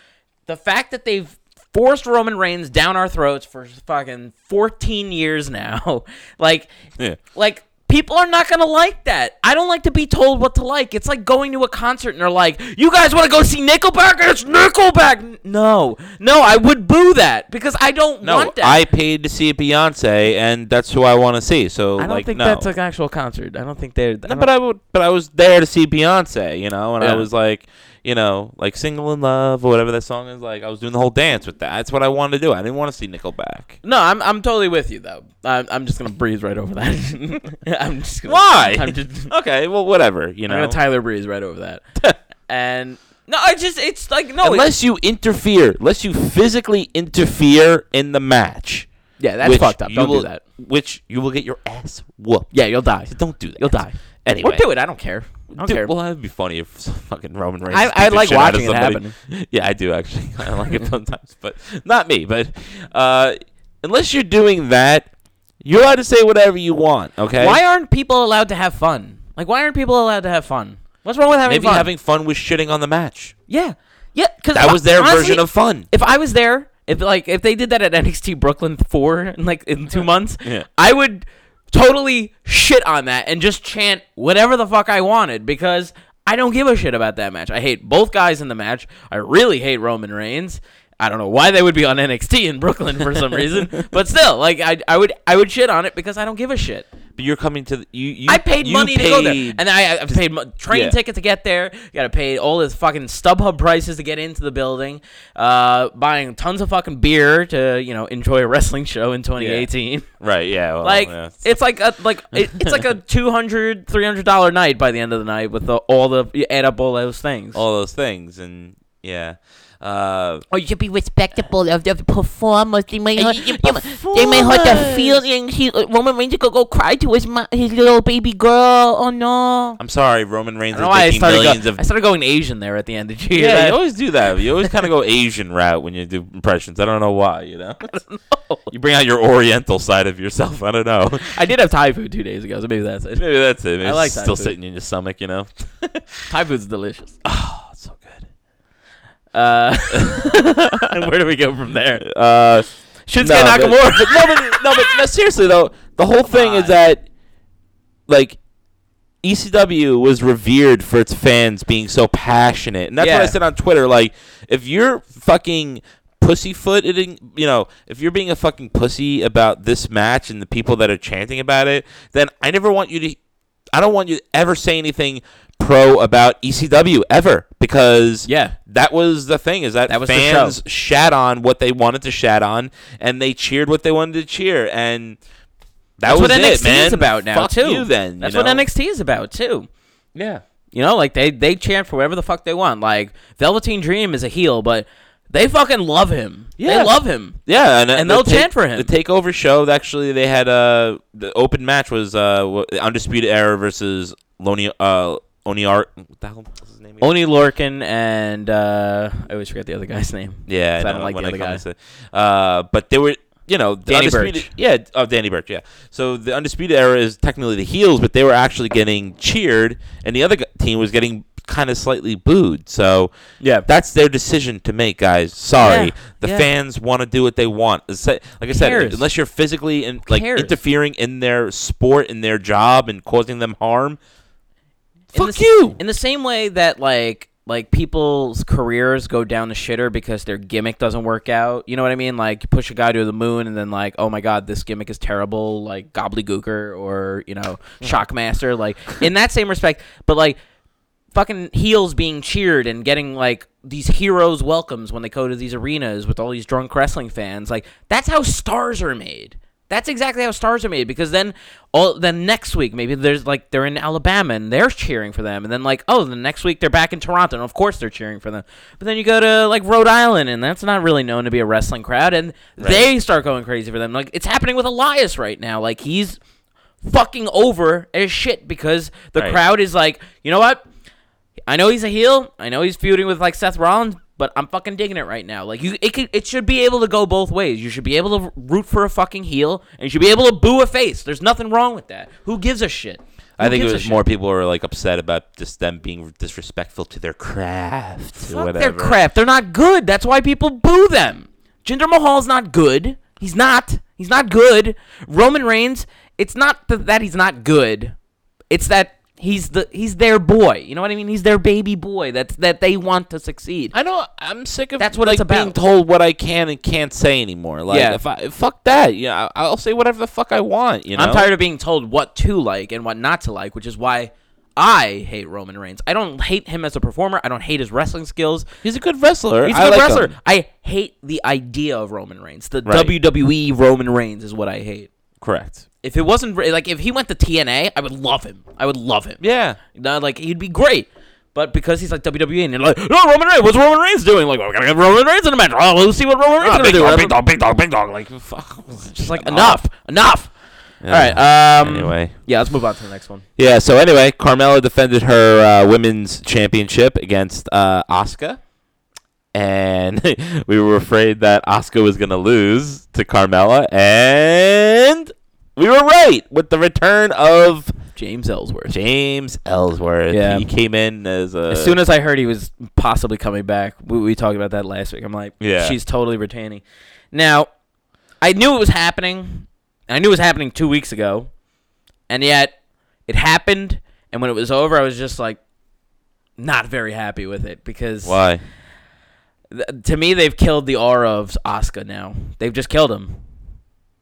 Speaker 5: the fact that they've forced Roman Reigns down our throats for fucking 14 years now, like,
Speaker 6: Yeah.
Speaker 5: like people are not gonna like that. I don't like to be told what to like. It's like going to a concert and they're like, "You guys want to go see Nickelback? And it's Nickelback." N- No, no, I would boo that because I don't
Speaker 6: no.
Speaker 5: want that.
Speaker 6: I paid to see Beyonce, and that's who I want to see. So
Speaker 5: I don't
Speaker 6: like,
Speaker 5: think
Speaker 6: no.
Speaker 5: that's an actual concert. I don't think they're.
Speaker 6: No, but I would, but I was there to see Beyonce, you know, and
Speaker 5: Yeah.
Speaker 6: I was like, you know, like "Single in Love" or whatever that song is. Like, I was doing the whole dance with that. That's what I wanted to do. I didn't want to see Nickelback.
Speaker 5: No, I'm I'm totally with you though. I'm, I'm just gonna breeze right over that. I'm just gonna,
Speaker 6: Why?
Speaker 5: I'm just,
Speaker 6: okay, well, whatever, you
Speaker 5: I'm
Speaker 6: know.
Speaker 5: gonna Tyler Breeze right over that. and no, I just it's like no, it-
Speaker 6: unless you interfere, unless you physically interfere in the match.
Speaker 5: yeah, that's
Speaker 6: which
Speaker 5: fucked up.
Speaker 6: you
Speaker 5: Don't
Speaker 6: will-
Speaker 5: do that.
Speaker 6: Which you will get your ass whooped.
Speaker 5: Yeah, you'll die.
Speaker 6: So don't do that.
Speaker 5: You'll die.
Speaker 6: Anyway,
Speaker 5: Or do it. I don't care. don't
Speaker 6: Dude,
Speaker 5: care.
Speaker 6: Well, that'd be funny if some fucking Roman Reigns.
Speaker 5: I-
Speaker 6: beat
Speaker 5: I
Speaker 6: the
Speaker 5: like
Speaker 6: shit out of
Speaker 5: watching it
Speaker 6: somebody. Yeah, I do actually. I like it sometimes, but not me. But uh, unless you're doing that, you're allowed to say whatever you want. Okay.
Speaker 5: Why aren't people allowed to have fun? Like, why aren't people allowed to have fun? What's wrong with having
Speaker 6: Maybe
Speaker 5: fun?
Speaker 6: having fun was shitting on the match.
Speaker 5: yeah, yeah. Because
Speaker 6: That was their version of fun.
Speaker 5: If I was there, if like if they did that at NXT Brooklyn four in like in two months,
Speaker 6: Yeah.
Speaker 5: I would totally shit on that and just chant whatever the fuck I wanted because I don't give a shit about that match. I hate both guys in the match. I really hate Roman Reigns. I don't know why they would be on NXT in Brooklyn for some reason, but still, like I, I would, I would shit on it because I don't give a shit.
Speaker 6: But you're coming to the, you, you.
Speaker 5: I paid
Speaker 6: you
Speaker 5: money to go there,
Speaker 6: paid-
Speaker 5: and I, I paid mo- train
Speaker 6: yeah.
Speaker 5: ticket to get there. You got to pay all the fucking StubHub prices to get into the building. Uh, buying tons of fucking beer to you know enjoy a wrestling show in 2018.
Speaker 6: right. Yeah. Well,
Speaker 5: Like
Speaker 6: yeah.
Speaker 5: it's like a like it, it's like a 200 300 dollar night by the end of the night with the, all the you add up all those things.
Speaker 6: all those things, and yeah. Uh,
Speaker 7: Or you should be respectable of the performers. They may hurt,
Speaker 5: you
Speaker 7: they may- they may hurt their feelings. He, uh, Roman Reigns could go cry to his mo- his little baby girl. Oh no!
Speaker 6: I'm sorry, Roman Reigns
Speaker 5: I don't know
Speaker 6: is
Speaker 5: why I
Speaker 6: making
Speaker 5: started, go-
Speaker 6: millions of
Speaker 5: I started going Asian there at the end. Did you hear
Speaker 6: Yeah,
Speaker 5: that?
Speaker 6: you always do that. You always kind of go Asian route when you do impressions. I don't know why, you know? You bring out your Oriental side of yourself. I don't know.
Speaker 5: I did have Thai food two days ago, so maybe that's it.
Speaker 6: Maybe that's it. Maybe
Speaker 5: I
Speaker 6: it's
Speaker 5: like that
Speaker 6: still
Speaker 5: food.
Speaker 6: sitting in your stomach, you know?
Speaker 5: Thai food's delicious.
Speaker 6: Oh, it's so good.
Speaker 5: Uh, and where do we go from there?
Speaker 6: Uh,
Speaker 5: Shinsuke
Speaker 6: no, but-
Speaker 5: Nakamura.
Speaker 6: But, no, but, no, but no, seriously, though, the whole thing
Speaker 5: on.
Speaker 6: is that, like, ECW was revered for its fans being so passionate. And that's what
Speaker 5: Yeah.
Speaker 6: I said on Twitter. Like, if you're fucking pussyfooting, you know, if you're being a fucking pussy about this match and the people that are chanting about it, then I never want you to. I don't want you to ever say anything pro about ECW ever because
Speaker 5: Yeah.
Speaker 6: that was the thing is that,
Speaker 5: That was the show.
Speaker 6: fans shat on what they wanted to shat on, and they cheered what they wanted to cheer, and that
Speaker 5: That's what
Speaker 6: was
Speaker 5: NXT
Speaker 6: it, man.
Speaker 5: is about now
Speaker 6: Fuck
Speaker 5: too.
Speaker 6: You then
Speaker 5: that's
Speaker 6: you know?
Speaker 5: what NXT is about too.
Speaker 6: Yeah,
Speaker 5: You know, like they they chant for whatever the fuck they want. Like Velveteen Dream is a heel, but they fucking love him.
Speaker 6: Yeah.
Speaker 5: They love him.
Speaker 6: yeah, and, uh,
Speaker 5: And
Speaker 6: the
Speaker 5: they'll
Speaker 6: take-
Speaker 5: chant for him.
Speaker 6: The takeover show actually they had uh the open match was uh w- undisputed era versus Loni uh Oniar what the hell was his name? again?
Speaker 5: Oni Lorcan and uh, I always forget the other guy's name.
Speaker 6: Yeah,
Speaker 5: 'Cause
Speaker 6: I,
Speaker 5: I don't
Speaker 6: know,
Speaker 5: like
Speaker 6: when
Speaker 5: the
Speaker 6: I
Speaker 5: other
Speaker 6: come
Speaker 5: guy.
Speaker 6: to say- Uh, but they were, you know, the
Speaker 5: Danny
Speaker 6: Undisputed-
Speaker 5: Burch.
Speaker 6: Yeah, oh, Danny Burch. Yeah. So the undisputed era is technically the heels, but they were actually getting cheered, and the other g- team was getting kind of slightly booed. So
Speaker 5: Yeah.
Speaker 6: that's their decision to make, guys. Sorry,
Speaker 5: Yeah,
Speaker 6: the
Speaker 5: yeah.
Speaker 6: fans want to do what they want. It's Like like I said,
Speaker 5: cares?
Speaker 6: unless you're physically in, like
Speaker 5: cares?
Speaker 6: interfering in their sport, in their job, and causing them harm.
Speaker 5: in
Speaker 6: Fuck
Speaker 5: the s-
Speaker 6: you.
Speaker 5: In the same way that like like people's careers go down the shitter because their gimmick doesn't work out. You know what I mean? Like you push a guy to the moon and then like, oh my god, this gimmick is terrible. Like gobbledygooker or you know
Speaker 6: Hmm.
Speaker 5: shockmaster. Like in that same respect, but like fucking heels being cheered and getting like these heroes welcomes when they go to these arenas with all these drunk wrestling fans like that's how stars are made that's exactly how stars are made because then all then next week maybe there's like they're in Alabama and they're cheering for them and then like oh the next week they're back in Toronto and of course they're cheering for them but then you go to like Rhode Island and that's not really known to be a wrestling crowd and they start going crazy for them like it's happening with Elias right now like he's fucking over as shit because the
Speaker 6: Right.
Speaker 5: crowd is like you know what I know he's a heel. I know he's feuding with like Seth Rollins, but I'm fucking digging it right now. Like you, it could, it should be able to go both ways. You should be able to root for a fucking heel, and you should be able to boo a face. There's nothing wrong with that. Who gives a shit?
Speaker 6: I
Speaker 5: Who
Speaker 6: think it
Speaker 5: gives a
Speaker 6: was
Speaker 5: shit?
Speaker 6: more people were like upset about just them being disrespectful to their craft.
Speaker 5: Fuck
Speaker 6: whatever.
Speaker 5: their crap. They're not good. That's why people boo them. Jinder Mahal's not good. He's not. He's not good. Roman Reigns. It's not th- that he's not good. It's that he's the he's their boy. You know what I mean? He's their baby boy. That's that they want to succeed.
Speaker 6: I know I'm sick of
Speaker 5: That's what
Speaker 6: like
Speaker 5: it's
Speaker 6: being
Speaker 5: about.
Speaker 6: told what I can and can't say anymore. Like
Speaker 5: Yeah.
Speaker 6: if I fuck that, you know, I- I'll say whatever the fuck I want. You know,
Speaker 5: I'm tired of being told what to like and what not to like, which is why I hate Roman Reigns. I don't hate him as a performer. I don't hate his wrestling skills.
Speaker 6: He's a good wrestler.
Speaker 5: He's a
Speaker 6: I
Speaker 5: good
Speaker 6: like
Speaker 5: wrestler.
Speaker 6: him.
Speaker 5: I hate the idea of Roman Reigns. The
Speaker 6: Right.
Speaker 5: WWE Roman Reigns is what I hate.
Speaker 6: Correct.
Speaker 5: If it wasn't like if he went to TNA, I would love him. I would love him.
Speaker 6: Yeah.
Speaker 5: No, like he'd be great. But because he's like WWE and you're like, no, Roman Reigns, what's Roman Reigns doing? Like, we're gonna get Roman Reigns in a match. Oh,
Speaker 6: Ah,
Speaker 5: let's see what Roman Reigns is gonna do.
Speaker 6: dog, big dog, big dog. Like fuck.
Speaker 5: It's just like enough, enough.
Speaker 6: All
Speaker 5: All right. Um,
Speaker 6: anyway.
Speaker 5: Yeah, let's move on to the next one.
Speaker 6: Yeah. So anyway, Carmella defended her uh, women's championship against uh, Asuka, and we were afraid that Asuka was gonna lose to Carmella, and we were right with the return of
Speaker 5: James Ellsworth.
Speaker 6: James Ellsworth.
Speaker 5: Yeah.
Speaker 6: He came in as a
Speaker 5: as soon as I heard he was possibly coming back, we, we talked about that last week. I'm like,
Speaker 6: Yeah.
Speaker 5: she's totally retaining. Now, I knew it was happening. I knew it was happening two weeks ago, and yet it happened. And when it was over, I was just like, not very happy with it because
Speaker 6: why
Speaker 5: th- to me they've killed the aura of Asuka. Now they've just killed him.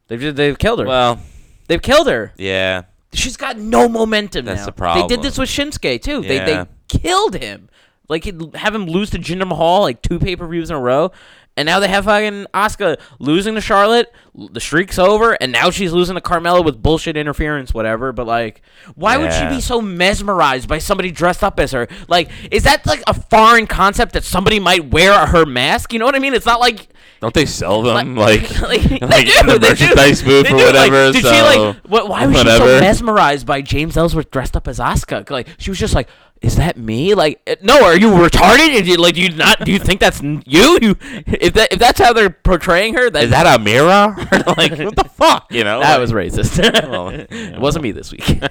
Speaker 5: They've just, they've killed her.
Speaker 6: well
Speaker 5: they've killed her.
Speaker 6: yeah
Speaker 5: She's got no momentum
Speaker 6: That's
Speaker 5: now.
Speaker 6: the
Speaker 5: They
Speaker 6: problem.
Speaker 5: did this with Shinsuke too.
Speaker 6: Yeah.
Speaker 5: They they killed him. Like he'd have him lose to Jinder Mahal like two pay per views in a row, and now they have fucking Asuka losing to Charlotte. L- The streak's over, and now she's losing to Carmella with bullshit interference, whatever. But like, why would she
Speaker 6: Yeah.
Speaker 5: be so mesmerized by somebody dressed up as her? Like, is that like a foreign concept that somebody might wear her mask? You know what I mean? It's not like
Speaker 6: don't they sell them like like,
Speaker 5: they
Speaker 6: in
Speaker 5: do,
Speaker 6: the
Speaker 5: they
Speaker 6: merchandise
Speaker 5: do,
Speaker 6: booth
Speaker 5: they
Speaker 6: or
Speaker 5: do. Like,
Speaker 6: whatever?
Speaker 5: did
Speaker 6: so
Speaker 5: she like? What, why was she so
Speaker 6: whatever.
Speaker 5: mesmerized by James Ellsworth dressed up as Asuka? Like she was just like, "Is that me?" Like, uh, no, are you retarded? Is you, like, do you not? Do you think that's n- you? You, if that if that's how they're portraying her, then
Speaker 6: Is that a mirror? like what the fuck? You know
Speaker 5: that
Speaker 6: like-
Speaker 5: was racist.
Speaker 6: Well, you know.
Speaker 5: it wasn't me this week.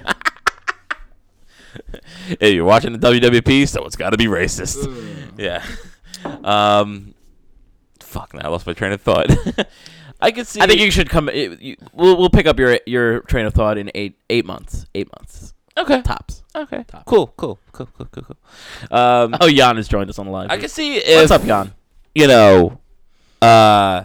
Speaker 6: Hey, you're watching the WWP, so it's got to be racist. Yeah. Um, fuck, now I lost my train of thought. I could see.
Speaker 5: I think you should come. It, you, we'll we'll pick up your your train of thought in eight eight months. Eight months
Speaker 6: Okay.
Speaker 5: tops.
Speaker 6: Okay.
Speaker 5: Top.
Speaker 6: Cool. Cool. Cool. Cool. Cool. Cool. Um,
Speaker 5: Oh, Jan has joined us on the live.
Speaker 6: I could see
Speaker 5: What's
Speaker 6: if
Speaker 5: up, Jan?
Speaker 6: you know, uh,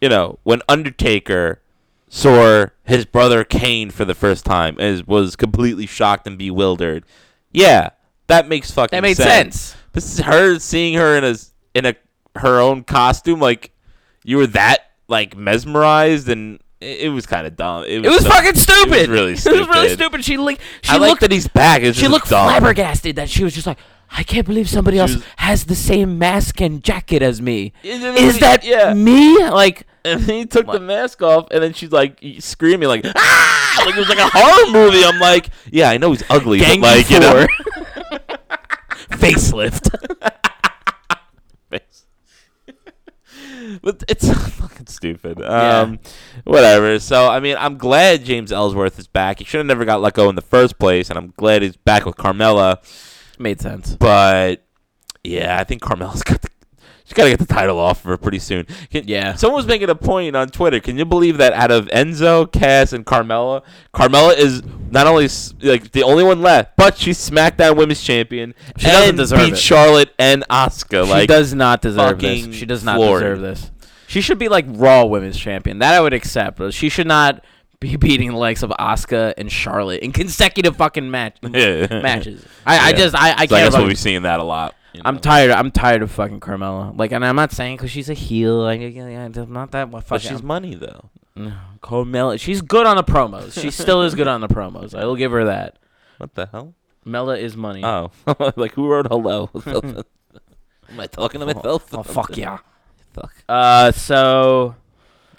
Speaker 6: you know, when Undertaker saw his brother Kane for the first time, is was completely shocked and bewildered. Yeah, that makes fucking
Speaker 5: That made
Speaker 6: sense.
Speaker 5: sense.
Speaker 6: This is her seeing her in a in a her own costume. Like you were that like mesmerized, and it, it was kind of dumb. It was,
Speaker 5: It was
Speaker 6: so-
Speaker 5: fucking stupid.
Speaker 6: It was really
Speaker 5: It was really
Speaker 6: stupid.
Speaker 5: stupid. She like she
Speaker 6: I like
Speaker 5: looked
Speaker 6: that he's back. It's
Speaker 5: she
Speaker 6: just
Speaker 5: looked
Speaker 6: dumb.
Speaker 5: flabbergasted that she was just like, I can't believe somebody else
Speaker 6: was-
Speaker 5: has the same mask and jacket as me.
Speaker 6: Is
Speaker 5: Is,
Speaker 6: it-
Speaker 5: that
Speaker 6: yeah.
Speaker 5: me? Like,
Speaker 6: And he took the mask off, and then she's like screaming, like ah, like it was like a horror movie. I'm like, yeah, I know he's ugly,
Speaker 5: Gangnam
Speaker 6: but like you know,
Speaker 5: facelift.
Speaker 6: face. but it's fucking stupid. Um, whatever. So I mean, I'm glad James Ellsworth is back. He should have never got let go in the first place, and I'm glad he's back with Carmella.
Speaker 5: Made sense.
Speaker 6: But yeah, I think Carmella's got the, she's got to get the title off of her pretty soon. Can,
Speaker 5: Yeah.
Speaker 6: someone was making a point on Twitter. Can you believe that out of Enzo, Cass, and Carmella, Carmella is not only s- like the only one left, but she's SmackDown Women's Champion.
Speaker 5: She doesn't
Speaker 6: and
Speaker 5: deserve
Speaker 6: beat
Speaker 5: it.
Speaker 6: Charlotte and Asuka.
Speaker 5: She
Speaker 6: like
Speaker 5: does not deserve this.
Speaker 6: fucking
Speaker 5: She does not
Speaker 6: floored.
Speaker 5: deserve this. She should be like Raw Women's Champion. That I would accept. But she should not be beating the likes of Asuka and Charlotte in consecutive fucking match
Speaker 6: Yeah.
Speaker 5: matches. I, I
Speaker 6: Yeah.
Speaker 5: just I, I
Speaker 6: It's
Speaker 5: can't.
Speaker 6: like, that's
Speaker 5: about
Speaker 6: what we've seen that a lot. you
Speaker 5: I'm
Speaker 6: know.
Speaker 5: tired. I'm tired of fucking Carmella. Like, and I'm not saying because she's a heel. Like, I'm not that. Well, fuck
Speaker 6: But
Speaker 5: it,
Speaker 6: she's
Speaker 5: I'm-
Speaker 6: money though.
Speaker 5: Carmella. She's good on the promos. She still is good on the promos. I will give her that.
Speaker 6: What the hell?
Speaker 5: Mela is money.
Speaker 6: Oh, like who wrote hello? Am I talking to myself?
Speaker 5: oh fuck yeah.
Speaker 6: Fuck.
Speaker 5: Uh, so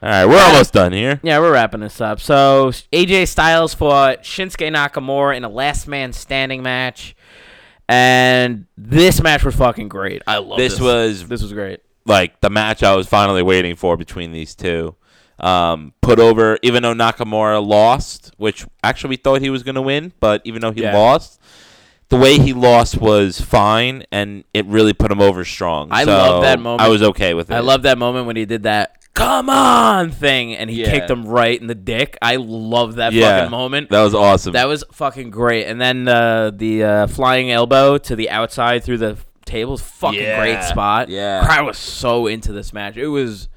Speaker 6: All right, we're almost done here.
Speaker 5: yeah, we're wrapping this up. So AJ Styles fought Shinsuke Nakamura in a last man standing match, and this match was fucking great. I love
Speaker 6: This
Speaker 5: This
Speaker 6: was
Speaker 5: this was great.
Speaker 6: like the match I was finally waiting for between these two. Um, put over, even though Nakamura lost, which actually we thought he was going to win, but even though he
Speaker 5: Yeah.
Speaker 6: lost, the way he lost was fine, and it really put him over strong.
Speaker 5: I
Speaker 6: So,
Speaker 5: love that moment.
Speaker 6: I was okay with it.
Speaker 5: I love that moment when he did that "Come on" thing, and he
Speaker 6: Yeah.
Speaker 5: kicked him right in the dick. I love that
Speaker 6: yeah,
Speaker 5: fucking moment.
Speaker 6: That was awesome.
Speaker 5: That was fucking great. And then uh, the uh, flying elbow to the outside through the tables, fucking
Speaker 6: Yeah.
Speaker 5: great spot.
Speaker 6: Yeah.
Speaker 5: crowd was so into this match. It was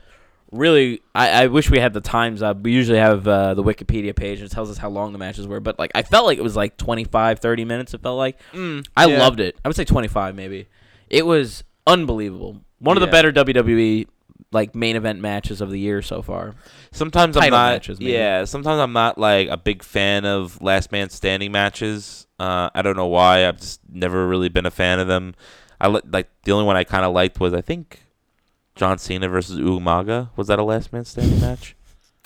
Speaker 5: really. I, I wish we had the times up. We usually have uh, the Wikipedia page and it tells us how long the matches were. But like, I felt like it was like 25, 30 minutes. It felt like I
Speaker 6: Mm, yeah.
Speaker 5: loved it. I would say twenty five maybe. It was unbelievable. One of the
Speaker 6: Yeah.
Speaker 5: better WWE like main event matches of the year so far.
Speaker 6: sometimes I'm
Speaker 5: title
Speaker 6: not.
Speaker 5: matches, maybe.
Speaker 6: Yeah, sometimes I'm not like a big fan of last man standing matches. Uh, I don't know why. I've just never really been a fan of them. I li- like the only one I kind of liked was I think John Cena versus Umaga. Was that a last man standing match?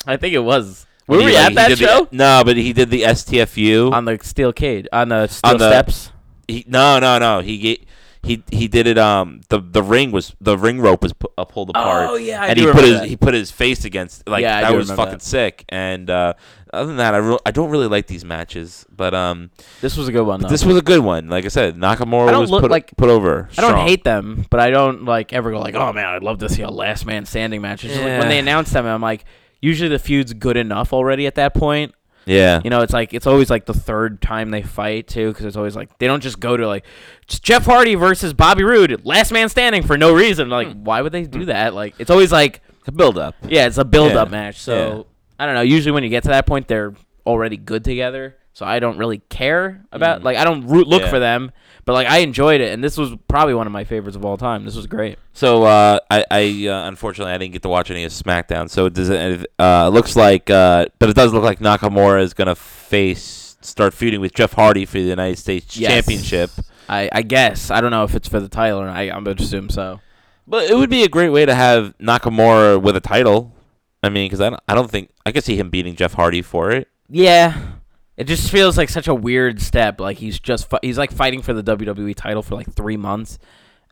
Speaker 5: I think it was. Were
Speaker 6: When he,
Speaker 5: we
Speaker 6: like,
Speaker 5: at
Speaker 6: he
Speaker 5: that
Speaker 6: did the-
Speaker 5: show?
Speaker 6: no, but he did the STFU.
Speaker 5: on the steel cage, on the steel
Speaker 6: On the-
Speaker 5: steps.
Speaker 6: he, no, no, no. He ge- he he did it. Um, the the ring was the ring rope was pu- uh, pulled apart.
Speaker 5: Oh, yeah, I
Speaker 6: and
Speaker 5: do
Speaker 6: he put
Speaker 5: remember
Speaker 6: his
Speaker 5: that.
Speaker 6: he put his face against like
Speaker 5: Yeah, I
Speaker 6: that
Speaker 5: do
Speaker 6: was
Speaker 5: remember
Speaker 6: fucking
Speaker 5: that.
Speaker 6: sick. And uh, other than that, I re- I don't really like these matches, but um,
Speaker 5: This was a good one. Though.
Speaker 6: this was a good one. Like I said, Nakamura
Speaker 5: I don't
Speaker 6: was
Speaker 5: look
Speaker 6: put
Speaker 5: like-
Speaker 6: put over.
Speaker 5: I don't
Speaker 6: strong.
Speaker 5: hate them, but I don't like ever go like, oh man, I'd love to see a last man standing match. It's just, like, when they
Speaker 6: Yeah.
Speaker 5: announce them, I'm like, usually the feud's good enough already at that point.
Speaker 6: Yeah,
Speaker 5: You know, it's like it's always like the third time they fight too, because it's always like they don't just go to like "It's Jeff Hardy versus Bobby Roode, last man standing for no reason. Like,
Speaker 6: Hmm.
Speaker 5: why would they do that? Like, it's always like,
Speaker 6: the build up.
Speaker 5: yeah, it's a build up
Speaker 6: Yeah,
Speaker 5: match. So I don't know. Usually when you get to that point, they're already good together. So I don't really care about like I don't root, look
Speaker 6: Mm. Yeah.
Speaker 5: for them, but like I enjoyed it, and this was probably one of my favorites of all time. This was great.
Speaker 6: So uh, I, I uh, unfortunately I didn't get to watch any of SmackDown. So it does it uh, looks like, uh, but it does look like Nakamura is gonna face start feuding with Jeff Hardy for the United States
Speaker 5: Yes.
Speaker 6: Championship.
Speaker 5: I, I guess I don't know if it's for the title or not. I, I'm gonna assume so.
Speaker 6: But it would be a great way to have Nakamura with a title. I mean, because I don't, I don't think I could see him beating Jeff Hardy for it.
Speaker 5: Yeah, it just feels like such a weird step. Like he's just fi- he's like fighting for the WWE title for like three months,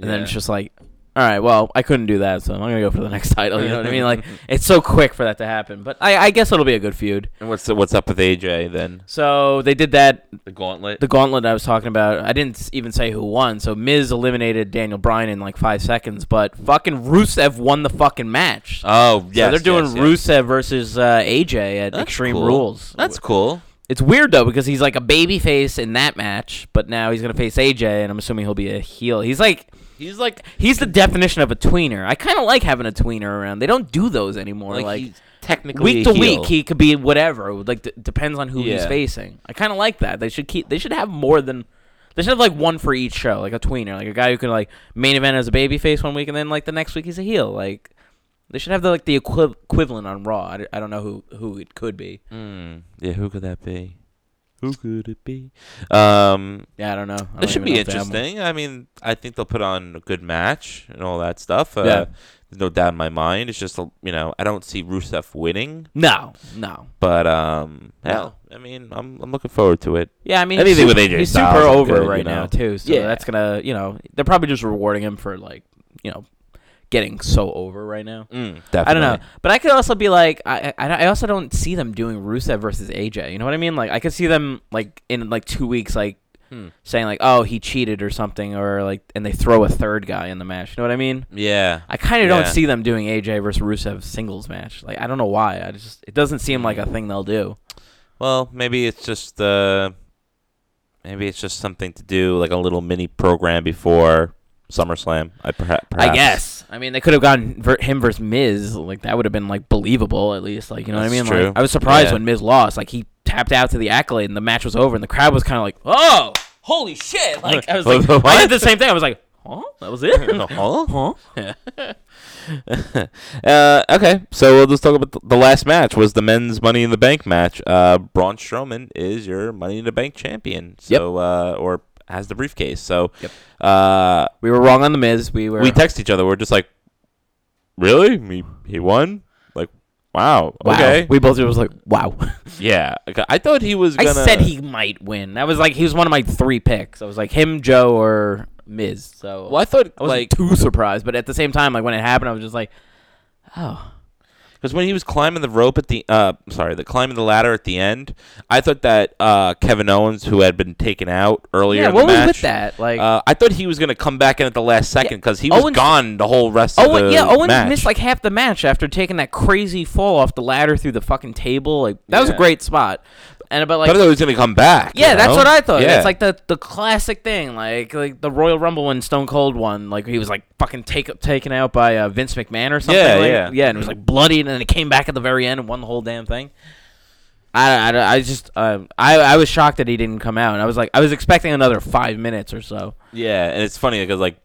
Speaker 5: and then
Speaker 6: Yeah.
Speaker 5: it's just like, all right, well, I couldn't do that, so I'm gonna go for the next title. You know what I mean? Like it's so quick for that to happen. But I, I guess it'll be a good feud.
Speaker 6: And what's what's up with AJ then?
Speaker 5: So they did that
Speaker 6: The gauntlet.
Speaker 5: the gauntlet I was talking about, I didn't s- even say who won. So Miz eliminated Daniel Bryan in like five seconds, but fucking Rusev won the fucking match.
Speaker 6: oh yeah,
Speaker 5: so they're doing Rusev versus uh, AJ at Extreme Rules.
Speaker 6: That's cool.
Speaker 5: It's weird though because he's like a baby face in that match, but now he's gonna face AJ, and I'm assuming he'll be a heel. He's like. He's like he's the definition of a tweener. I kind of like having a tweener around. They don't do those anymore. Like,
Speaker 6: he's technically
Speaker 5: week to
Speaker 6: a heel.
Speaker 5: week he could be whatever like d- depends on who he's
Speaker 6: Yeah.
Speaker 5: facing i kind of like that they should keep they should have more than they should have like one for each show like a tweener like a guy who can like main event as a baby face one week and then like the next week he's a heel like they should have the like the equi- equivalent on raw I, d- I don't know who who it could be
Speaker 6: Mm, Yeah, who could that be? Who could it be? Um,
Speaker 5: yeah i don't know I don't
Speaker 6: it should
Speaker 5: even
Speaker 6: be
Speaker 5: know if they have one.
Speaker 6: interesting. I mean, I think they'll put on a good match and all that stuff. Uh,
Speaker 5: Yeah.
Speaker 6: There's no doubt in my mind. It's just, a- you know, I don't see Rusev winning,
Speaker 5: no no
Speaker 6: but um, hell, I mean, I'm, I'm looking forward to it.
Speaker 5: yeah i mean
Speaker 6: Anything
Speaker 5: he's,
Speaker 6: with
Speaker 5: su-
Speaker 6: AJ
Speaker 5: he's
Speaker 6: Styles
Speaker 5: super
Speaker 6: is
Speaker 5: over
Speaker 6: good,
Speaker 5: right
Speaker 6: you know.
Speaker 5: now too so
Speaker 6: Yeah.
Speaker 5: that's gonna you know they're probably just rewarding him for like you know getting so over right now
Speaker 6: Definitely.
Speaker 5: Mm. I don't know, but I could also be like, I, I, I also don't see them doing Rusev versus AJ. You know what I mean? Like, I could see them like in like two weeks, like saying like, oh, he cheated or something, or like, and they throw a third guy in the match. You know what I mean?
Speaker 6: Yeah.
Speaker 5: I kind of
Speaker 6: Yeah.
Speaker 5: don't see them doing AJ versus Rusev singles match. Like, I don't know why. I just it doesn't seem like a thing they'll do.
Speaker 6: Well, maybe it's just uh, maybe it's just something to do, like a little mini program before SummerSlam. I perha- perhaps.
Speaker 5: I guess. I mean, they could have gotten ver- him versus Miz. Like that would have been like believable at least. Like you know what I mean?
Speaker 6: That's true.
Speaker 5: Like I was surprised
Speaker 6: Yeah.
Speaker 5: when Miz lost. Like he tapped out to the accolade and the match was over and the crowd was kind of like, oh, holy shit! Like I was like,
Speaker 6: What?
Speaker 5: I did the same thing. I was like, huh? That was it?
Speaker 6: Huh?
Speaker 5: huh?
Speaker 6: Uh, okay, so we'll just talk about th- the last match was the men's Money in the Bank match. Uh, Braun Strowman is your Money in the Bank champion. So uh, or has the briefcase. So uh,
Speaker 5: We were wrong on the Miz. We were.
Speaker 6: we text each other. We're just like, really? He, he won? Like, wow.
Speaker 5: wow.
Speaker 6: Okay.
Speaker 5: We both was like, wow.
Speaker 6: yeah. Okay, I thought he was
Speaker 5: I
Speaker 6: gonna.
Speaker 5: said he might win. That was like he was one of my three picks. I was like him, Joe, or Miz. So
Speaker 6: Well, I thought
Speaker 5: I wasn't
Speaker 6: like
Speaker 5: too surprised, but at the same time, like when it happened, I was just like, "Oh,
Speaker 6: Because when he was climbing the rope at the, uh, sorry, the climbing the ladder at the end, I thought that uh, Kevin Owens, who had been taken out earlier,
Speaker 5: Yeah,
Speaker 6: in
Speaker 5: what
Speaker 6: the
Speaker 5: was
Speaker 6: match,
Speaker 5: with that? Like-
Speaker 6: uh, I thought he was gonna come back in at the last second because he was
Speaker 5: Owens-
Speaker 6: gone the whole rest of
Speaker 5: Owen,
Speaker 6: the
Speaker 5: yeah, Owens
Speaker 6: match.
Speaker 5: missed like half the match after taking that crazy fall off the ladder through the fucking table. Like that was a
Speaker 6: Yeah.
Speaker 5: great spot. And but
Speaker 6: I
Speaker 5: like
Speaker 6: thought he was gonna come back. you
Speaker 5: yeah, that's
Speaker 6: know?
Speaker 5: what I thought.
Speaker 6: Yeah.
Speaker 5: It's like the the classic thing, like like the Royal Rumble when Stone Cold won, like he was like fucking take taken out by uh, Vince McMahon or something.
Speaker 6: Yeah,
Speaker 5: like-
Speaker 6: yeah.
Speaker 5: yeah, and it was like bloody, and then it came back at the very end and won the whole damn thing. I, I, I just uh, I I was shocked that he didn't come out, and I was like I was expecting another five minutes or so.
Speaker 6: yeah, and it's funny because like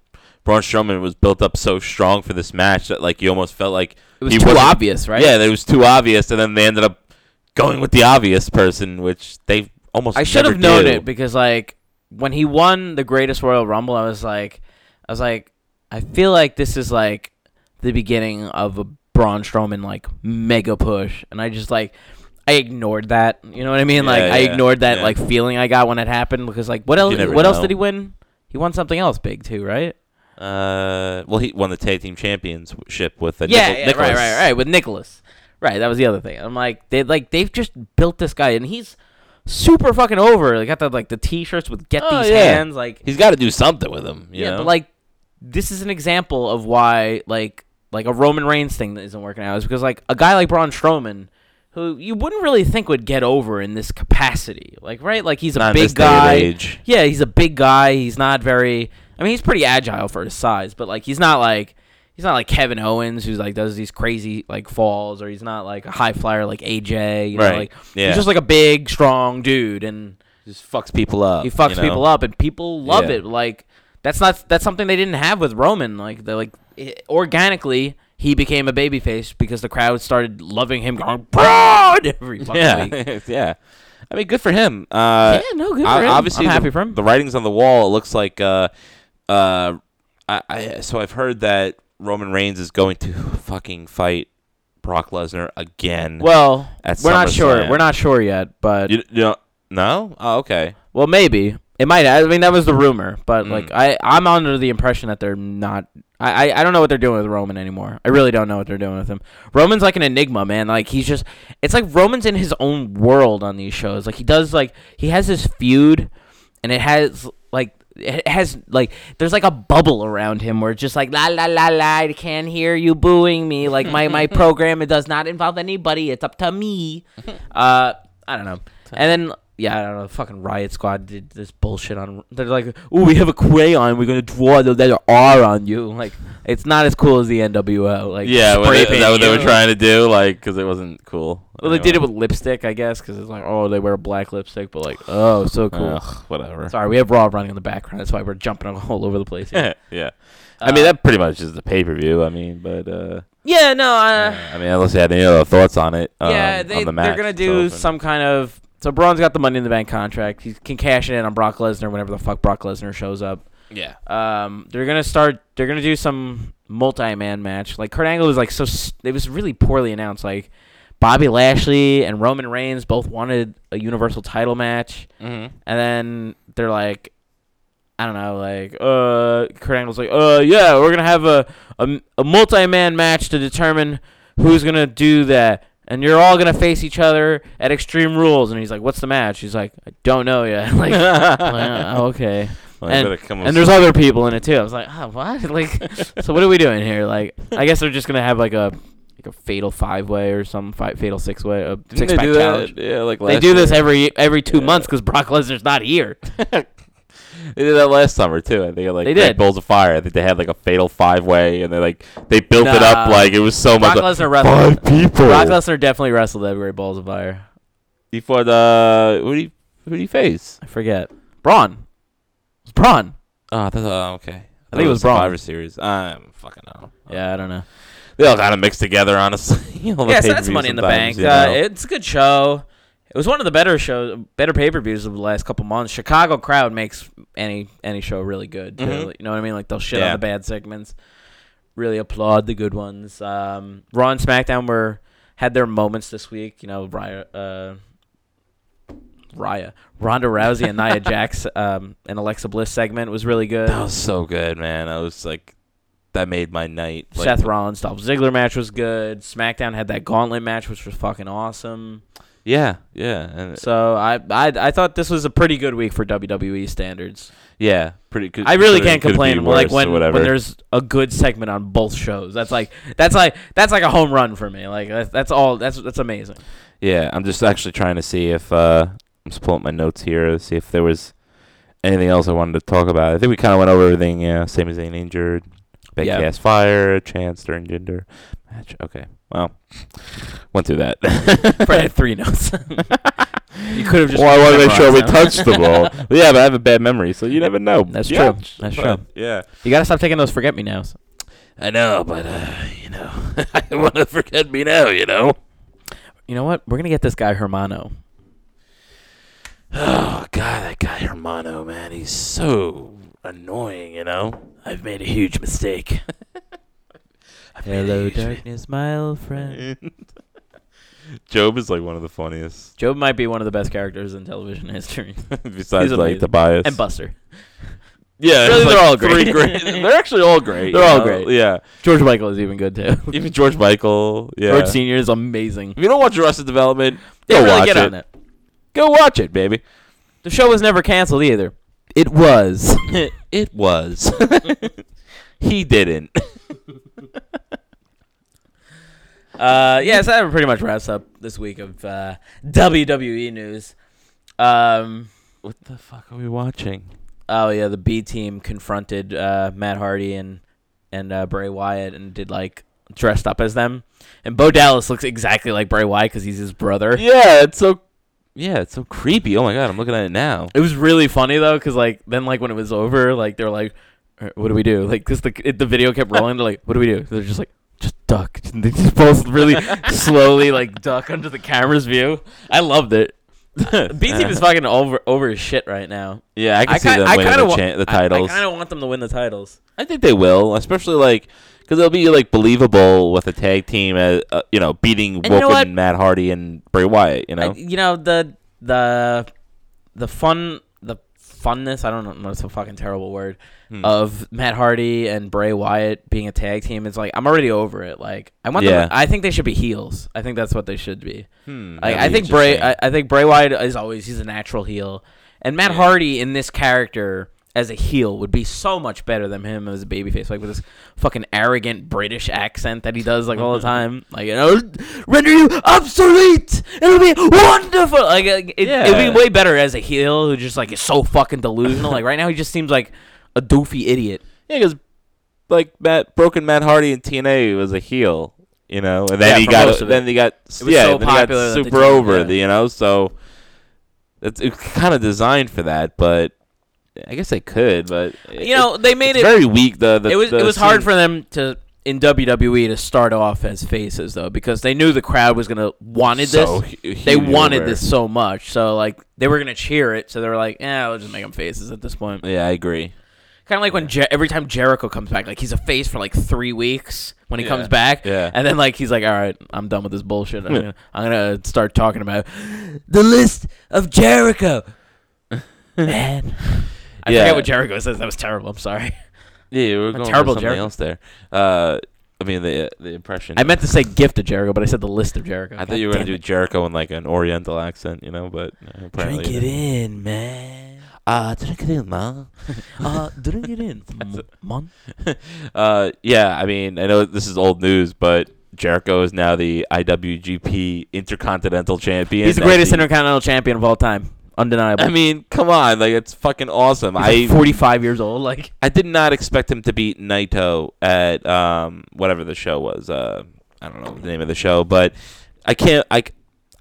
Speaker 6: Braun Strowman was built up so strong for this match that like you almost felt like
Speaker 5: It was
Speaker 6: he
Speaker 5: too
Speaker 6: wasn't-
Speaker 5: obvious, right?
Speaker 6: Yeah, that it was too obvious, and then they ended up going with the obvious person, which they almost
Speaker 5: I should
Speaker 6: never
Speaker 5: have known
Speaker 6: do.
Speaker 5: it because like when he won the greatest Royal Rumble, I was like I was like I feel like this is like the beginning of a Braun Strowman like mega push and I just like I ignored that. You know what I mean?
Speaker 6: Yeah,
Speaker 5: like I
Speaker 6: yeah,
Speaker 5: ignored that
Speaker 6: yeah.
Speaker 5: like feeling I got when it happened because like what else?
Speaker 6: never
Speaker 5: What else
Speaker 6: know.
Speaker 5: did he win? He won something else big too, right?
Speaker 6: Uh, well, he won the tag team championship with uh,
Speaker 5: Yeah,
Speaker 6: Nicol-
Speaker 5: yeah,
Speaker 6: Nicholas.
Speaker 5: right, right, right. With Nicholas, right. That was the other thing. I'm like, they like they've just built this guy, and he's super fucking over. They got the like the t-shirts with "Get
Speaker 6: Oh,
Speaker 5: these
Speaker 6: yeah.
Speaker 5: hands," like
Speaker 6: He's got to do something with him. You
Speaker 5: yeah,
Speaker 6: know?
Speaker 5: but like this is an example of why like like a Roman Reigns thing that isn't working out is because like a guy like Braun Strowman, who you wouldn't really think would get over in this capacity, like right, like he's a
Speaker 6: Not in
Speaker 5: big
Speaker 6: this day and
Speaker 5: guy.
Speaker 6: age.
Speaker 5: Yeah, he's a big guy. He's not very. I mean, he's pretty agile for his size, but like he's not like he's not like Kevin Owens who's like does these crazy like falls, or he's not like a high flyer like AJ. You
Speaker 6: Right,
Speaker 5: Know, like,
Speaker 6: yeah.
Speaker 5: He's just like a big, strong dude, and
Speaker 6: just fucks people up.
Speaker 5: he fucks
Speaker 6: you know?
Speaker 5: people up, and people love
Speaker 6: Yeah.
Speaker 5: it. Like that's not that's something they didn't have with Roman. Like they like it, organically he became a babyface because the crowd started loving him going broad every fucking week.
Speaker 6: Yeah, yeah. I mean, good for him. Uh,
Speaker 5: Yeah, no, good for
Speaker 6: ob-
Speaker 5: him.
Speaker 6: Obviously,
Speaker 5: I'm
Speaker 6: the-
Speaker 5: happy for him.
Speaker 6: The writing's on the wall. It looks like. Uh, uh, I, I so I've heard that Roman Reigns is going to fucking fight Brock Lesnar again.
Speaker 5: Well,
Speaker 6: At
Speaker 5: we're not sure.
Speaker 6: SummerSlam.
Speaker 5: We're not sure yet, but
Speaker 6: you, you know, no. Oh, okay.
Speaker 5: well, maybe it might. I mean, that was the rumor, but like I, I'm under the impression that they're not. I, I, I don't know what they're doing with Roman anymore. I really don't know what they're doing with him. Roman's like an enigma, man. Like he's just, it's like Roman's in his own world on these shows. Like he does, like he has this feud, and it has like it has like there's like a bubble around him where it's just like la la la la. I can't hear you booing me. Like my my program, it does not involve anybody. It's up to me. Uh, I don't know. And then yeah, I don't know. Fucking Riot Squad did this bullshit on. They're like, oh, we have a crayon. We're gonna draw the letter R on you. Like it's not as cool as the NWO. Like
Speaker 6: Yeah, what
Speaker 5: spray
Speaker 6: they,
Speaker 5: paint
Speaker 6: is that what they
Speaker 5: you.
Speaker 6: were trying to do? Like, because it wasn't cool.
Speaker 5: Well, they did it with lipstick, I guess, because it's like, oh, they wear black lipstick, but like, oh, so cool.
Speaker 6: Ugh, whatever.
Speaker 5: Sorry, we have Raw running in the background. That's why we're jumping all over the place. Here.
Speaker 6: yeah. I mean,
Speaker 5: Um,
Speaker 6: that pretty much is the pay per view. I mean, but uh,
Speaker 5: yeah, no, uh,
Speaker 6: I mean, unless you had any other thoughts on it, um,
Speaker 5: yeah, they,
Speaker 6: on the match
Speaker 5: they're gonna do
Speaker 6: itself.
Speaker 5: some kind of. So Braun's got the Money in the Bank contract. He can cash it in on Brock Lesnar whenever the fuck Brock Lesnar shows up.
Speaker 6: Yeah,
Speaker 5: Um, they're gonna start. They're gonna do some multi-man match. Like Kurt Angle was like so. s- It was really poorly announced. Like Bobby Lashley and Roman Reigns both wanted a Universal Title match, and then they're like, I don't know, like uh, Kurt Angle's like, uh, yeah, we're gonna have a a, a multi-man match to determine who's gonna do that. And you're all gonna face each other at Extreme Rules, and he's like, "What's the match?" He's like, "I don't know yet." like, like, "Oh, okay
Speaker 6: Well, you better
Speaker 5: and,
Speaker 6: come up
Speaker 5: and there's other people in it too. I was like, oh, what? Like, so what are we doing here? Like, I guess they're just gonna have like a like a fatal five way or some five, fatal six way, a
Speaker 6: Didn't
Speaker 5: six
Speaker 6: they
Speaker 5: pack
Speaker 6: do
Speaker 5: challenge.
Speaker 6: that? Yeah, like
Speaker 5: They
Speaker 6: last
Speaker 5: do this
Speaker 6: year.
Speaker 5: every every two months 'cause months because Brock Lesnar's not here.
Speaker 6: They did that last summer too. I think like
Speaker 5: They
Speaker 6: Red
Speaker 5: did.
Speaker 6: Bulls of Fire. I think they had like a fatal five way, and they like they built it up
Speaker 5: Nah.
Speaker 6: like it was so
Speaker 5: Brock
Speaker 6: much. like,
Speaker 5: Lesnar wrestled.
Speaker 6: Oh five people
Speaker 5: Brock Lesnar definitely wrestled every Balls of Fire.
Speaker 6: before the who do you who do you face?
Speaker 5: I forget. Braun. It was Braun.
Speaker 6: Oh, that's, oh okay. I
Speaker 5: think it was Braun.
Speaker 6: Survivor Series. I'm fucking know.
Speaker 5: Yeah, I don't know.
Speaker 6: They all kind of mixed together, honestly. all the
Speaker 5: yeah, so that's
Speaker 6: pay-per-views
Speaker 5: Money in the Bank.
Speaker 6: sometimes, you
Speaker 5: Uh,
Speaker 6: know.
Speaker 5: it's a good show. It was one of the better shows, better pay per views of the last couple months. Chicago crowd makes any any show really good. too. You know what I mean? Like they'll shit on
Speaker 6: Mm-hmm. Yeah.
Speaker 5: the bad segments, really applaud the good ones. Um, Raw and SmackDown were had their moments this week. You know, Raya, uh, Raya, Ronda Rousey and Nia Jax, um, and Alexa Bliss segment was really good.
Speaker 6: that was so good, man. I was like, that made my night. Like,
Speaker 5: Seth Rollins, Dolph Ziggler match was good. SmackDown had that Gauntlet match, which was fucking awesome.
Speaker 6: Yeah, yeah, and,
Speaker 5: So I, I I thought this was a pretty good week for WWE standards.
Speaker 6: yeah. Pretty good.
Speaker 5: I really
Speaker 6: considering
Speaker 5: can't
Speaker 6: it could be
Speaker 5: complain. Like
Speaker 6: worse
Speaker 5: when
Speaker 6: or whatever.
Speaker 5: when there's a good segment on both shows, that's like that's like that's like a home run for me. Like that's, that's all. That's that's amazing.
Speaker 6: Yeah, I'm just actually trying to see if uh, I'm just pulling up my notes here to see if there was anything else I wanted to talk about. I think we kind of went over everything. Yeah, same as Zane injured, big
Speaker 5: Yeah.
Speaker 6: cast fire, chance during gender match. Okay, well, went through that.
Speaker 5: Fred had three notes. you could have just.
Speaker 6: well, I want to make sure we
Speaker 5: memorized them.
Speaker 6: touched the ball. yeah, but I have a bad memory, so you never know.
Speaker 5: That's
Speaker 6: Yeah,
Speaker 5: true. That's
Speaker 6: but,
Speaker 5: true.
Speaker 6: Yeah.
Speaker 5: You gotta stop taking those forget me nows.
Speaker 6: I know, but uh, you know, I want to forget me now. You know.
Speaker 5: You know what? We're gonna get this guy Hermano.
Speaker 6: Oh god, that guy Hermano, man, he's so annoying. You know.
Speaker 5: I've made a huge mistake. Hello, darkness, my old friend.
Speaker 6: Job is like one of the funniest,
Speaker 5: Job might be one of the best characters in television history.
Speaker 6: besides
Speaker 5: He's
Speaker 6: like
Speaker 5: amazing.
Speaker 6: Tobias
Speaker 5: and Buster.
Speaker 6: Yeah,
Speaker 5: Really,
Speaker 6: it's
Speaker 5: they're
Speaker 6: like
Speaker 5: all great.
Speaker 6: three great- They're actually all great.
Speaker 5: They're
Speaker 6: you
Speaker 5: all
Speaker 6: know?
Speaker 5: great.
Speaker 6: Yeah,
Speaker 5: George Michael is even good too.
Speaker 6: even George Michael. Yeah,
Speaker 5: George Senior is amazing.
Speaker 6: if you don't watch Arrested Development,
Speaker 5: They
Speaker 6: go
Speaker 5: really
Speaker 6: watch
Speaker 5: get
Speaker 6: it.
Speaker 5: on that.
Speaker 6: Go watch it, baby.
Speaker 5: The show was never canceled either. It was.
Speaker 6: it was. he didn't.
Speaker 5: Uh, yeah, so that pretty much wraps up this week of uh, WWE news. Um,
Speaker 6: What the fuck are we watching?
Speaker 5: oh yeah, the B team confronted uh, Matt Hardy and and uh, Bray Wyatt and did like dressed up as them. And Bo Dallas looks exactly like Bray Wyatt because he's his brother.
Speaker 6: Yeah, it's so. Yeah, it's so creepy. Oh my god, I'm looking at it now.
Speaker 5: It was really funny though, because like then like when it was over, like they're like, "All right, "What do we do?" Like because the it, the video kept rolling, they're like, "What do we do?" They're just like, "Just duck." They just both really slowly like duck under the camera's view. I loved it. B team is fucking over over his shit right now.
Speaker 6: Yeah, I can see
Speaker 5: ki-
Speaker 6: them winning
Speaker 5: kinda
Speaker 6: the,
Speaker 5: wa-
Speaker 6: cha- the
Speaker 5: I-
Speaker 6: titles.
Speaker 5: I,
Speaker 6: I,
Speaker 5: kind of want them to win the titles.
Speaker 6: think they will, especially like because they'll be like believable with a tag team, as, uh, you know, beating
Speaker 5: you know
Speaker 6: Wilkin,
Speaker 5: what?
Speaker 6: Matt Hardy, and Bray Wyatt. You know,
Speaker 5: I, you know the the the fun the funness. I don't know. It's a fucking terrible word.
Speaker 6: Hmm.
Speaker 5: Of Matt Hardy and Bray Wyatt being a tag team, it's like I'm already over it. Like I want
Speaker 6: Yeah.
Speaker 5: them. I think they should be heels. I think that's what they should be.
Speaker 6: Hmm,
Speaker 5: Like
Speaker 6: that'd
Speaker 5: I
Speaker 6: be
Speaker 5: think Bray. I,
Speaker 6: interesting.
Speaker 5: I think Bray Wyatt is always he's a natural heel, and Matt Hardy in this character as a heel would be so much better than him as a babyface, like with this fucking arrogant British accent that he does like all
Speaker 6: Mm-hmm.
Speaker 5: the time. Like you know, render you obsolete. It'll be wonderful. Like uh, it,
Speaker 6: Yeah.
Speaker 5: it'd be way better as a heel who just like is so fucking delusional. like right now, he just seems like a doofy idiot.
Speaker 6: Yeah, because like Matt broken Matt Hardy in TNA was a heel, you know, and then
Speaker 5: Yeah,
Speaker 6: he
Speaker 5: for most
Speaker 6: got
Speaker 5: of
Speaker 6: then
Speaker 5: it.
Speaker 6: he got
Speaker 5: was
Speaker 6: yeah,
Speaker 5: so
Speaker 6: then he
Speaker 5: popular
Speaker 6: got
Speaker 5: that they
Speaker 6: super
Speaker 5: did it,
Speaker 6: over,
Speaker 5: yeah.
Speaker 6: the- you know, so it's, it's kind of designed for that, but I guess they could, but it-
Speaker 5: You know, they made
Speaker 6: it's
Speaker 5: it.
Speaker 6: very weak. The, the
Speaker 5: it was
Speaker 6: the
Speaker 5: it was hard
Speaker 6: scene-
Speaker 5: for them to in WWE to start off as faces though because they knew the crowd was gonna wanted
Speaker 6: So
Speaker 5: this.
Speaker 6: hu-
Speaker 5: they
Speaker 6: huge
Speaker 5: wanted
Speaker 6: over.
Speaker 5: this so much, so like they were gonna cheer it. So they were like, "Yeah, we'll just make them faces at this point."
Speaker 6: Yeah, I agree.
Speaker 5: Kind of like when Jer- every time Jericho comes back, like he's a face for like three weeks when he comes back,
Speaker 6: yeah.
Speaker 5: and then like he's like, "All right, I'm done with this bullshit. I'm gonna, I'm gonna start talking about the list of Jericho." Man, I
Speaker 6: Yeah.
Speaker 5: forget what Jericho says. That was terrible. I'm sorry.
Speaker 6: Yeah, we're going
Speaker 5: terrible
Speaker 6: for something
Speaker 5: Jericho.
Speaker 6: else there. Uh, I mean the the impression.
Speaker 5: I meant to say gift of Jericho, but I said the list of Jericho.
Speaker 6: I thought you were gonna do Jericho in like an Oriental accent, you know, but uh, apparently
Speaker 5: Drink it in, man.
Speaker 6: Ah, drink it in, man.
Speaker 5: Uh, drink it in, man.
Speaker 6: Uh, yeah, I mean, I know this is old news, but Jericho is now the IWGP Intercontinental Champion.
Speaker 5: He's the
Speaker 6: That's
Speaker 5: greatest intercontinental champion of all time, undeniable.
Speaker 6: I mean, come on, like it's fucking awesome. I
Speaker 5: He's like 45 years old. Like
Speaker 6: I did not expect him to beat Naito at um whatever the show was. Uh, I don't know the name of the show, but I can't. I c-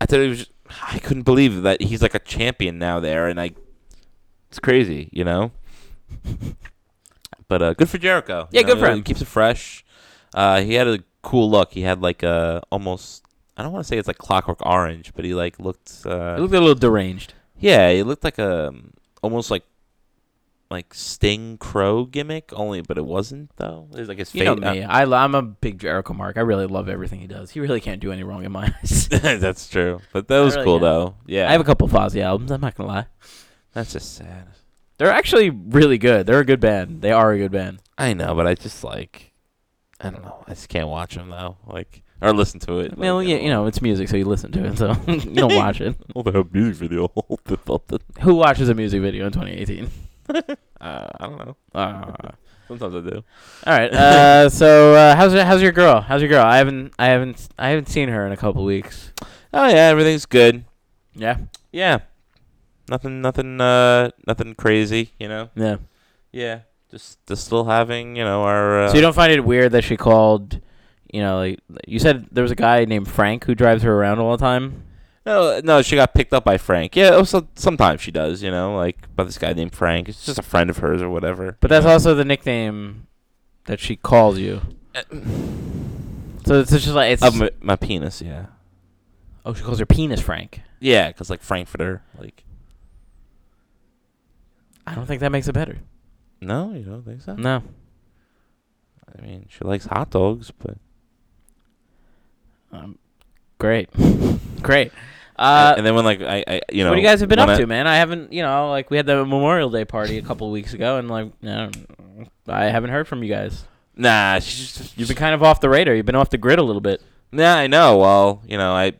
Speaker 6: I thought it was. I couldn't believe that he's like a champion now there, and I. It's crazy, you know. But uh, good for Jericho. you
Speaker 5: Yeah, good
Speaker 6: know,
Speaker 5: for
Speaker 6: he
Speaker 5: him.
Speaker 6: Keeps it fresh. Uh, he had a cool look. He had like a almost. I don't want to say it's like Clockwork Orange, but he like looked. Uh,
Speaker 5: he looked a little deranged.
Speaker 6: yeah, it looked like a um, almost like like Sting Crow gimmick only, but it wasn't though. It was like his uh,
Speaker 5: You know
Speaker 6: fate.
Speaker 5: me. I, lo- I'm a big Jericho mark. I really love everything he does. He really can't do any wrong in my eyes.
Speaker 6: that's true, but that was
Speaker 5: really
Speaker 6: cool
Speaker 5: am.
Speaker 6: though. Yeah,
Speaker 5: I have a couple Fozzy albums. I'm not gonna lie.
Speaker 6: that's just sad.
Speaker 5: They're actually really good. They're a good band. They are a good band.
Speaker 6: I know, but I just like I don't know. I just can't watch him though, like or listen to it.
Speaker 5: Well,
Speaker 6: like,
Speaker 5: yeah, you know, it's music, so you listen to it. So you don't watch it.
Speaker 6: Oh, they have music video.
Speaker 5: Who watches a music video in 2018?
Speaker 6: uh, I don't know.
Speaker 5: Uh,
Speaker 6: Sometimes I do.
Speaker 5: All right. Uh, so uh, how's how's your girl? How's your girl? I haven't I haven't I haven't seen her in a couple weeks.
Speaker 6: Oh yeah, everything's good.
Speaker 5: Yeah.
Speaker 6: Yeah, nothing, nothing, uh, nothing crazy. You know.
Speaker 5: Yeah.
Speaker 6: Yeah, just, just still having you know our. Uh,
Speaker 5: So you don't find it weird that she called? You know, like you said, there was a guy named Frank who drives her around all the time.
Speaker 6: No, no, she got picked up by Frank. Yeah, oh, so, sometimes she does, you know, like by this guy named Frank. It's just a friend of hers or whatever.
Speaker 5: But that's also the nickname that she calls you. So it's just like it's.
Speaker 6: Uh, of my, my penis, yeah,
Speaker 5: oh, she calls her penis Frank.
Speaker 6: yeah, because like Frankfurter, like
Speaker 5: I don't think that makes it better.
Speaker 6: no, you don't think so?
Speaker 5: No.
Speaker 6: I mean, she likes hot dogs, but
Speaker 5: Um, great, great. Uh,
Speaker 6: and then when like I, I you know
Speaker 5: what do you guys have been
Speaker 6: when
Speaker 5: up
Speaker 6: I-
Speaker 5: to, man? I haven't, you know, like we had the Memorial Day party a couple weeks ago, and like, I, don't- I haven't heard from you guys.
Speaker 6: Nah, she's just,
Speaker 5: You've been kind of off the radar. You've been off the grid a little bit.
Speaker 6: Yeah, I know. Well, you know, I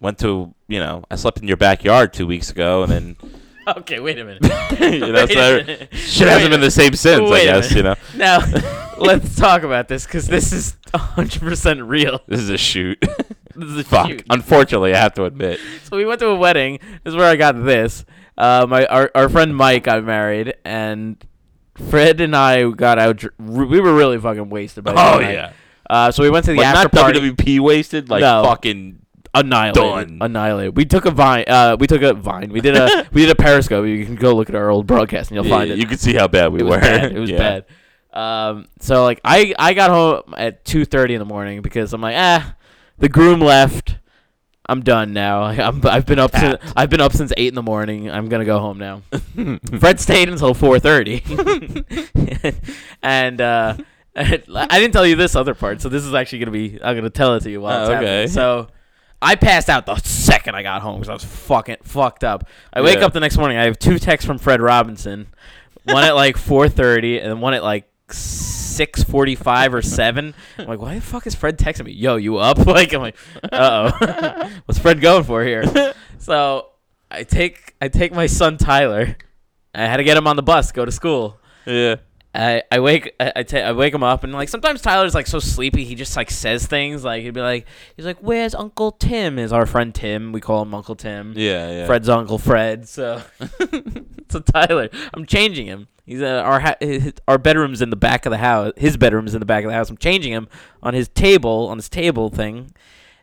Speaker 6: went to, you know, I slept in your backyard two weeks ago, and then
Speaker 5: Okay, wait a minute.
Speaker 6: you know, so
Speaker 5: Wait a
Speaker 6: I-
Speaker 5: minute.
Speaker 6: shit
Speaker 5: Wait a
Speaker 6: hasn't been the same since.
Speaker 5: Wait
Speaker 6: I
Speaker 5: a
Speaker 6: guess you know,
Speaker 5: minute. now, let's talk about this because this is 100% real.
Speaker 6: this is a shoot.
Speaker 5: This is a
Speaker 6: Fuck.
Speaker 5: shoot.
Speaker 6: Unfortunately, I have to admit.
Speaker 5: So we went to a wedding. This is where I got this. Uh, my our, our friend Mike got married, and Fred and I got out. dr- We were really fucking wasted. By the
Speaker 6: Oh,
Speaker 5: end of the
Speaker 6: yeah.
Speaker 5: night. Uh, so we went to the
Speaker 6: But
Speaker 5: after
Speaker 6: not
Speaker 5: party.
Speaker 6: WWP wasted. Like
Speaker 5: No.
Speaker 6: fucking.
Speaker 5: annihilated.
Speaker 6: Done.
Speaker 5: Annihilated. We took a vine. Uh, we took a vine. We did a we did a Periscope. You can go look at our old broadcast and you'll
Speaker 6: Yeah,
Speaker 5: find it.
Speaker 6: You could see how bad we
Speaker 5: it was
Speaker 6: were.
Speaker 5: bad. It was
Speaker 6: Yeah.
Speaker 5: bad. Um, so like I I got home at two thirty in the morning because I'm like ah, the groom left. I'm done now. I'm I've been up since I've been up since eight in the morning. I'm gonna go home now. Fred stayed until four thirty, and uh, I didn't tell you this other part. So this is actually gonna be I'm gonna tell it to you while
Speaker 6: Oh,
Speaker 5: it's happening.
Speaker 6: okay.
Speaker 5: So I passed out the second I got home because I was fucking fucked up. I wake
Speaker 6: Yeah.
Speaker 5: up the next morning. I have two texts from Fred Robinson, one at like 4:30 and one at like 6:45 or 7. I'm like, why the fuck is Fred texting me? Yo, you up? Like, I'm like, uh oh, what's Fred going for here? So I take I take my son Tyler. I had to get him on the bus, go to school.
Speaker 6: Yeah.
Speaker 5: I, I wake I, I, ta- I wake him up and like sometimes Tyler's like so sleepy he just like says things like he'd be like he's like where's Uncle Tim is our friend Tim we call him Uncle Tim
Speaker 6: Yeah. Yeah.
Speaker 5: Fred's Uncle Fred so so Tyler I'm changing him he's uh, our ha- his, our bedroom's in the back of the house his bedroom's in the back of the house I'm changing him on his table on his table thing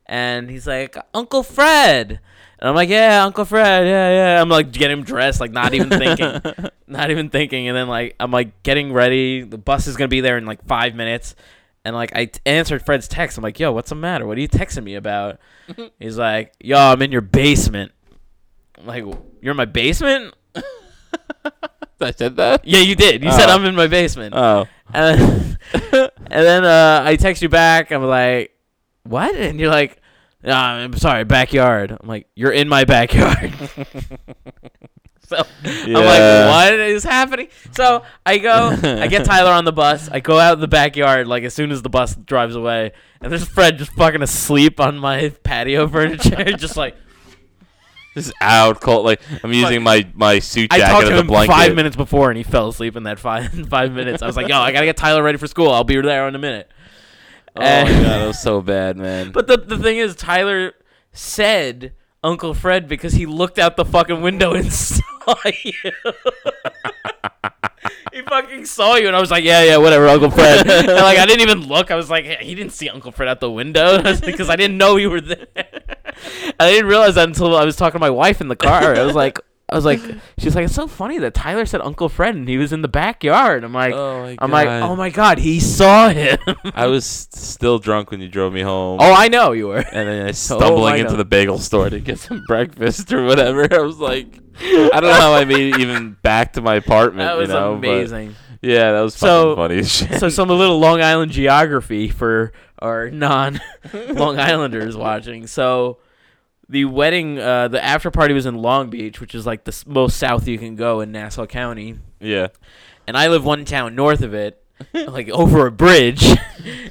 Speaker 5: and he's like Uncle Fred and I'm like yeah Uncle Fred yeah yeah I'm like getting him dressed like not even thinking not even thinking and then like i'm like getting ready the bus is gonna be there in like five minutes and like i t- answered fred's text i'm like yo what's the matter what are you texting me about he's like yo i'm in your basement I'm like you're in my basement
Speaker 6: I said that.
Speaker 5: yeah you did you said
Speaker 6: Oh.
Speaker 5: i'm in my basement
Speaker 6: Oh.
Speaker 5: and then, and then uh, I text you back. I'm like, what? And you're like, "Nah, I'm sorry, backyard. I'm like, you're in my backyard. so
Speaker 6: Yeah.
Speaker 5: I'm like, what is happening? So I go, I get Tyler on the bus. I go out in the backyard like as soon as the bus drives away, and there's Fred just fucking asleep on my patio furniture, just like.
Speaker 6: This is out cold. Like I'm using my my suit
Speaker 5: I
Speaker 6: jacket
Speaker 5: talked
Speaker 6: as
Speaker 5: to
Speaker 6: a
Speaker 5: him
Speaker 6: blanket.
Speaker 5: five minutes before, and he fell asleep in that five five minutes. I was like, "Yo, I gotta get Tyler ready for school. I'll be there in a minute."
Speaker 6: Oh my god, that was so bad, man.
Speaker 5: But the the thing is, Tyler said Uncle Fred because he looked out the fucking window and saw you. he fucking saw you, and I was like, yeah, yeah, whatever, Uncle Fred. and like, I didn't even look. I was like, he didn't see Uncle Fred out the window because I didn't know you were there. I didn't realize that until I was talking to my wife in the car. I was like. I was like, she's like, it's so funny that Tyler said Uncle Fred and he was in the backyard. I'm like,
Speaker 6: Oh my
Speaker 5: I'm like,
Speaker 6: God.
Speaker 5: oh my god, he saw him.
Speaker 6: I was still drunk when you drove me home.
Speaker 5: oh, I Oh know you were.
Speaker 6: and then I
Speaker 5: I
Speaker 6: stumbling into
Speaker 5: know.
Speaker 6: the bagel store to get some breakfast or whatever. I was like, I don't know how I made it even back to my apartment.
Speaker 5: That
Speaker 6: you
Speaker 5: was
Speaker 6: know, but
Speaker 5: amazing.
Speaker 6: yeah, that was
Speaker 5: So-
Speaker 6: fucking funny as shit.
Speaker 5: so some a little Long Island geography for our non Long Islanders watching. So the wedding, uh, the after party was in Long Beach, which is like the s- most south you can go in Nassau County,
Speaker 6: yeah,
Speaker 5: and I live one town north of it. like over a bridge,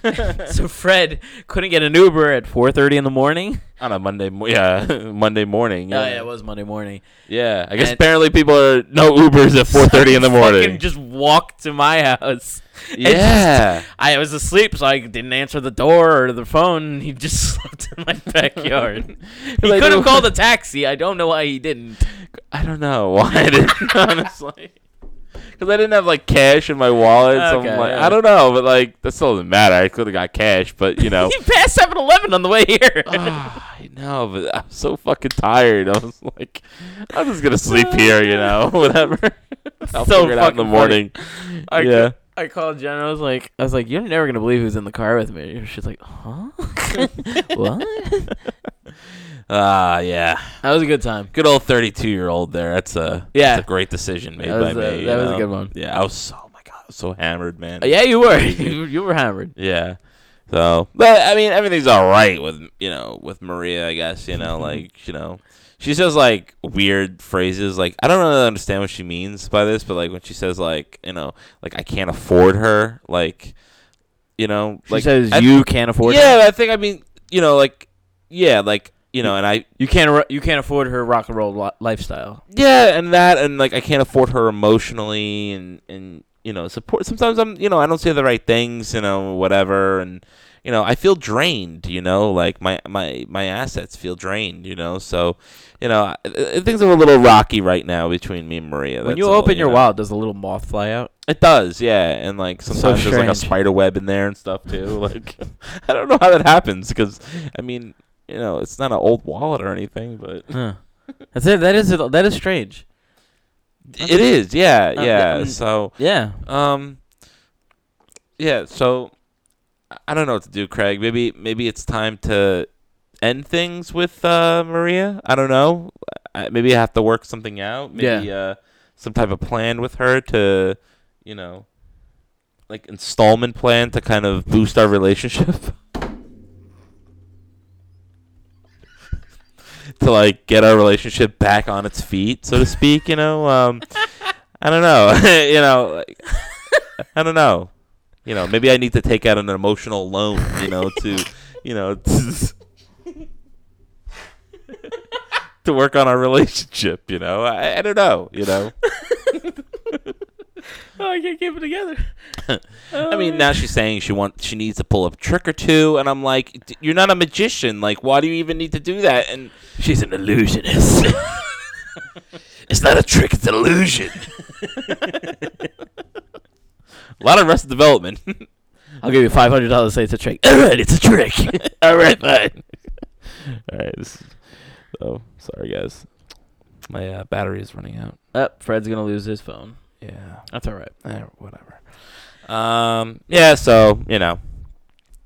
Speaker 5: so Fred couldn't get an Uber at 4:30 in the morning.
Speaker 6: on a Monday, mo- yeah, Monday morning. Yeah,
Speaker 5: Oh yeah, it was Monday morning.
Speaker 6: Yeah, I guess
Speaker 5: And-
Speaker 6: apparently people are no Ubers at four thirty in the
Speaker 5: Fucking
Speaker 6: morning.
Speaker 5: just walked to my house. and just-
Speaker 6: Yeah.
Speaker 5: I was asleep, so I didn't answer the door or the phone. He just slept in my backyard. he
Speaker 6: Like,
Speaker 5: could have
Speaker 6: what-
Speaker 5: called a taxi. I don't know why he didn't.
Speaker 6: I don't know why I didn't honestly. Because I didn't have like cash in my wallet, so
Speaker 5: Okay,
Speaker 6: I'm like,
Speaker 5: yeah.
Speaker 6: I don't know, but like that still doesn't matter. I could have got cash, but you know,
Speaker 5: He passed 7 Eleven on the way here.
Speaker 6: Ah, I know, but I'm so fucking tired. I was like, I'm just gonna sleep here, you know, whatever. I'll
Speaker 5: So
Speaker 6: figure it out
Speaker 5: fucking funny.
Speaker 6: in the morning.
Speaker 5: I,
Speaker 6: yeah.
Speaker 5: I called Jen. I was like, I was like, you're never gonna believe who's in the car with me. She's like, huh? what?
Speaker 6: Ah, yeah.
Speaker 5: That was a good time.
Speaker 6: Good old 32 year old there. That's a
Speaker 5: Yeah.
Speaker 6: that's a great decision made
Speaker 5: That was
Speaker 6: by
Speaker 5: a-
Speaker 6: me.
Speaker 5: that
Speaker 6: you
Speaker 5: was a
Speaker 6: know?
Speaker 5: good one. Uh,
Speaker 6: Yeah, I was so oh my god, I was so hammered, man.
Speaker 5: Yeah, you were. you, you were hammered.
Speaker 6: Yeah. So, but I mean, everything's all right with you know with Maria. I guess you
Speaker 5: Mm-hmm.
Speaker 6: know, like you know, she says like weird phrases. Like I don't really understand what she means by this, but like when she says like you know, like I can't afford her. Like you know,
Speaker 5: She
Speaker 6: like
Speaker 5: says
Speaker 6: I-
Speaker 5: you can't afford.
Speaker 6: yeah,
Speaker 5: her.
Speaker 6: I think I mean you know, like yeah, like you know, and I
Speaker 5: you can't. ar- You can't afford her rock and roll li- lifestyle.
Speaker 6: yeah, and that, and like I can't afford her emotionally, and and you know, support. Sometimes I'm, you know, I don't say the right things, you know, whatever, and you know, I feel drained, you know, like my my my assets feel drained, you know, so you know, I- I- things are a little rocky right now between me and Maria.
Speaker 5: When
Speaker 6: that's
Speaker 5: you
Speaker 6: all,
Speaker 5: open your
Speaker 6: know.
Speaker 5: wallet, does a little moth fly out?
Speaker 6: it does, yeah, and like sometimes there's like a
Speaker 5: strange.
Speaker 6: spider web in there and stuff too. like, I don't know how that happens because I mean, you know, it's not an old wallet or anything, but
Speaker 5: Huh. That's it. That is that is strange.
Speaker 6: it is, yeah,
Speaker 5: Uh,
Speaker 6: yeah.
Speaker 5: um,
Speaker 6: so
Speaker 5: Yeah.
Speaker 6: Um. Yeah. So I- I don't know what to do, Craig. Maybe maybe it's time to end things with uh, Maria. I don't know. I, maybe I have to work something out. Maybe
Speaker 5: Yeah.
Speaker 6: uh, some type of plan with her to, you know, like installment plan to kind of boost our relationship. to like get our relationship back on its feet, so to speak, you know. Um I don't know. you know, like I don't know. You know, maybe I need to take out an emotional loan, you know, to you know, to, to work on our relationship, you know. I, I don't know, you know.
Speaker 5: Oh, I can't keep it together.
Speaker 6: I mean, now she's saying she wants she needs to pull a trick or two, and I'm like, "D- you're not a magician. Like, why do you even need to do that? And she's an illusionist. it's not a trick; it's an illusion. a lot of Arrested Development.
Speaker 5: I'll give you five hundred dollars. Say it's a trick.
Speaker 6: All right, it's a trick. All right, fine. All right. This, oh, sorry guys, my uh, battery is running out.
Speaker 5: Uh, Fred's gonna lose his phone.
Speaker 6: Yeah.
Speaker 5: That's all right.
Speaker 6: Eh, whatever. Um. Yeah. So you know,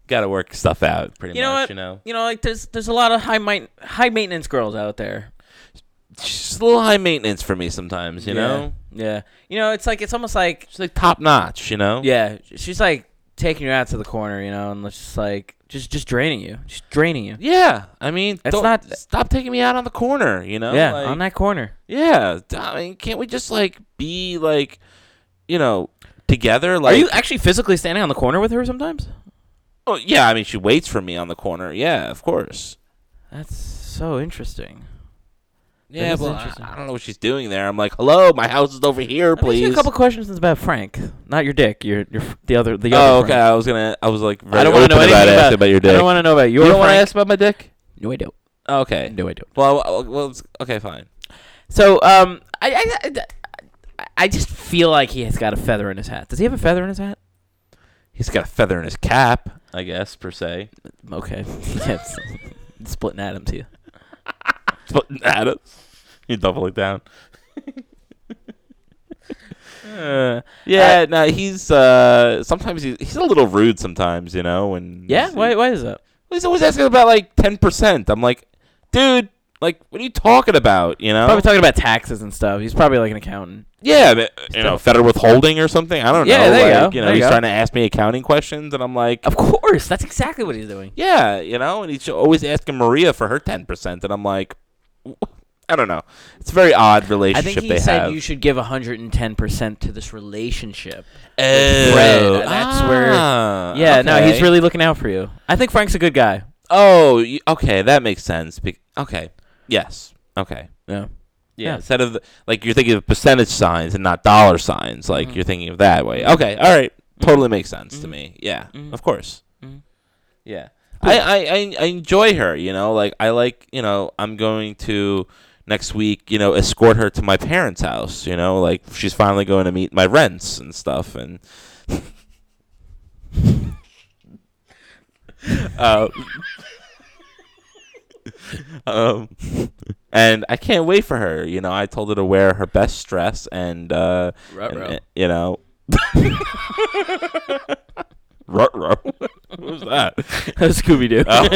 Speaker 6: gotta work stuff out. Pretty
Speaker 5: You know
Speaker 6: much.
Speaker 5: what?
Speaker 6: You know,
Speaker 5: You know, like there's there's a lot of high mi- high maintenance girls out there.
Speaker 6: she's a little high maintenance for me sometimes. You
Speaker 5: Yeah.
Speaker 6: know,
Speaker 5: Yeah. You know, it's like it's almost like
Speaker 6: she's like top notch. You know.
Speaker 5: yeah, she's like taking you out to the corner, you know, and it's just like just just draining you, just draining you.
Speaker 6: Yeah. I mean,
Speaker 5: It's
Speaker 6: don't
Speaker 5: not-
Speaker 6: stop taking me out on the corner. You know.
Speaker 5: yeah,
Speaker 6: Like,
Speaker 5: on that corner.
Speaker 6: yeah. d- I mean, can't we just like be like, you know, together? Like,
Speaker 5: Are you actually physically standing on the corner with her sometimes?
Speaker 6: oh, yeah. I mean, she waits for me on the corner. Yeah, of course.
Speaker 5: That's so interesting.
Speaker 6: Yeah,
Speaker 5: is
Speaker 6: well, I,
Speaker 5: interesting.
Speaker 6: I don't know what she's doing there. I'm like, hello, my house is over here,
Speaker 5: Let me ask
Speaker 6: please.
Speaker 5: you a couple questions about Frank, not your dick. Your your the other the other.
Speaker 6: Oh, okay.
Speaker 5: Frank.
Speaker 6: I was gonna. I was like, very
Speaker 5: I don't
Speaker 6: want
Speaker 5: want
Speaker 6: to
Speaker 5: to know anything
Speaker 6: about, it,
Speaker 5: about,
Speaker 6: about your dick.
Speaker 5: I don't want to know about your.
Speaker 6: you don't want to
Speaker 5: Frank.
Speaker 6: ask about my dick?
Speaker 5: No, I don't.
Speaker 6: Okay.
Speaker 5: No, I don't.
Speaker 6: Well, well, well, it's- okay, fine.
Speaker 5: So um, I I, I I just feel like he has got a feather in his hat. Does he have a feather in his hat?
Speaker 6: He's got a feather in his cap, I guess per se.
Speaker 5: Okay, yes. Splitting atoms here.
Speaker 6: But Adam, you double it down.
Speaker 5: Uh,
Speaker 6: Yeah, no, he's uh sometimes he's, he's a little rude sometimes, you know, and
Speaker 5: yeah.
Speaker 6: he's-
Speaker 5: Why why is that?
Speaker 6: he's always asking about like ten percent. I'm like, dude, like what are you talking about? You know,
Speaker 5: Probably talking about taxes and stuff. He's probably like an accountant.
Speaker 6: Yeah, but, you know, federal withholding or something. I don't
Speaker 5: Yeah,
Speaker 6: know.
Speaker 5: there you
Speaker 6: like,
Speaker 5: go,
Speaker 6: You know,
Speaker 5: there you
Speaker 6: he's
Speaker 5: go.
Speaker 6: trying to ask me accounting questions, and I'm like,
Speaker 5: Of course, that's exactly what he's doing.
Speaker 6: yeah, you know, and he's always asking Maria for her ten percent, and I'm like, I don't know. It's a very odd
Speaker 5: I
Speaker 6: relationship
Speaker 5: think he
Speaker 6: they
Speaker 5: said
Speaker 6: have.
Speaker 5: you should give 110% to this relationship.
Speaker 6: oh,
Speaker 5: Fred, that's where-
Speaker 6: ah,
Speaker 5: yeah, no, he's
Speaker 6: okay.
Speaker 5: really looking out for you. I think Frank's a good guy.
Speaker 6: Oh, you, okay, that makes sense. Be- okay, yes, okay.
Speaker 5: Yeah.
Speaker 6: Yeah,
Speaker 5: Yeah.
Speaker 6: instead of the, like you're thinking of percentage signs and not dollar signs, like you're thinking of that way. Okay, all right, totally makes sense to me. Yeah, of course. Yeah, I, I I I enjoy her. You know, like I like you know I'm going to next week. You know, escort her to my parents' house. You know, like she's finally going to meet my rents and stuff and. Uh, um, and I can't wait for her. You know, I told her to wear her best dress and, uh, and,
Speaker 5: Ruh-roh.
Speaker 6: uh, you know, rut row. what was that?
Speaker 5: Scooby Doo.
Speaker 6: Uh,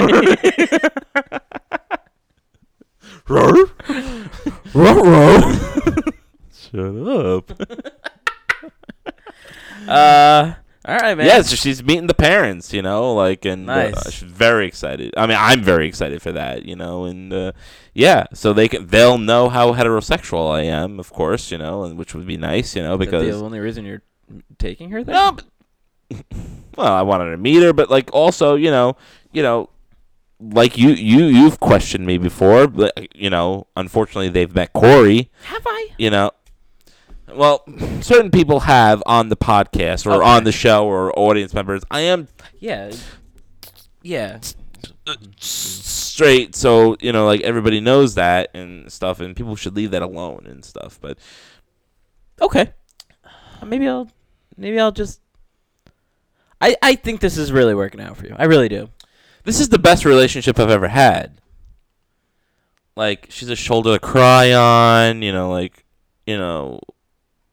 Speaker 6: Ruh? Shut up.
Speaker 5: Uh, All right, man.
Speaker 6: Yeah, so she's meeting the parents, you know, like, and uh,
Speaker 5: Nice.
Speaker 6: she's very excited. I mean, I'm very excited for that, you know, and uh, yeah, so they can, they'll know how heterosexual I am, of course, you know, and which would be nice, you know,
Speaker 5: Is that the
Speaker 6: because Um,
Speaker 5: only reason you're taking her there?
Speaker 6: no, but, well, I wanted to meet her, but like also, you know, you know, like you you you've questioned me before, but you know, unfortunately, they've met Corey,
Speaker 7: Have I?
Speaker 6: you know. Well, certain people have on the podcast or on the show or audience members. I am
Speaker 5: Yeah. Yeah.
Speaker 6: straight so you know like everybody knows that and stuff and people should leave that alone and stuff but
Speaker 5: Okay. Uh, Maybe I'll maybe I'll just I I think this is really working out for you. I really do.
Speaker 6: this is the best relationship i've ever had like she's a shoulder to cry on you know like you know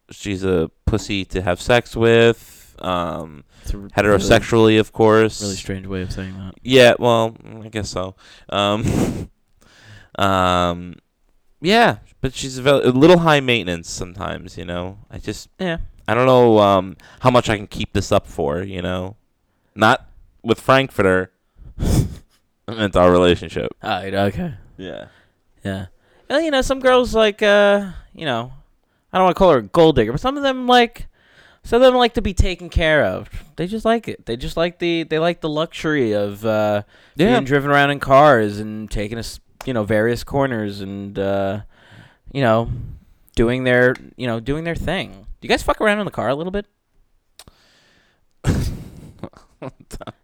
Speaker 6: she's a pussy to have sex with um
Speaker 5: It's a r- really,
Speaker 6: heterosexually of course
Speaker 5: really strange way of saying that.
Speaker 6: Yeah, well, I guess so. Um, um, yeah, but she's a, vel- a little high maintenance sometimes, you know. I just,
Speaker 5: Yeah.
Speaker 6: I don't know um, how much I can keep this up for, you know. Not with Frankfurter. I meant our relationship.
Speaker 5: All right, Ah, okay.
Speaker 6: Yeah.
Speaker 5: Yeah. Well, you know, some girls like uh, you know, I don't want to call her a gold digger, but some of them like some of them like to be taken care of. They just like it. They just like the they like the luxury of uh
Speaker 6: Yeah.
Speaker 5: being driven around in cars and taking us, you know, various corners and uh you know, doing their, you know, doing their thing. Do you guys fuck around in the car a little bit?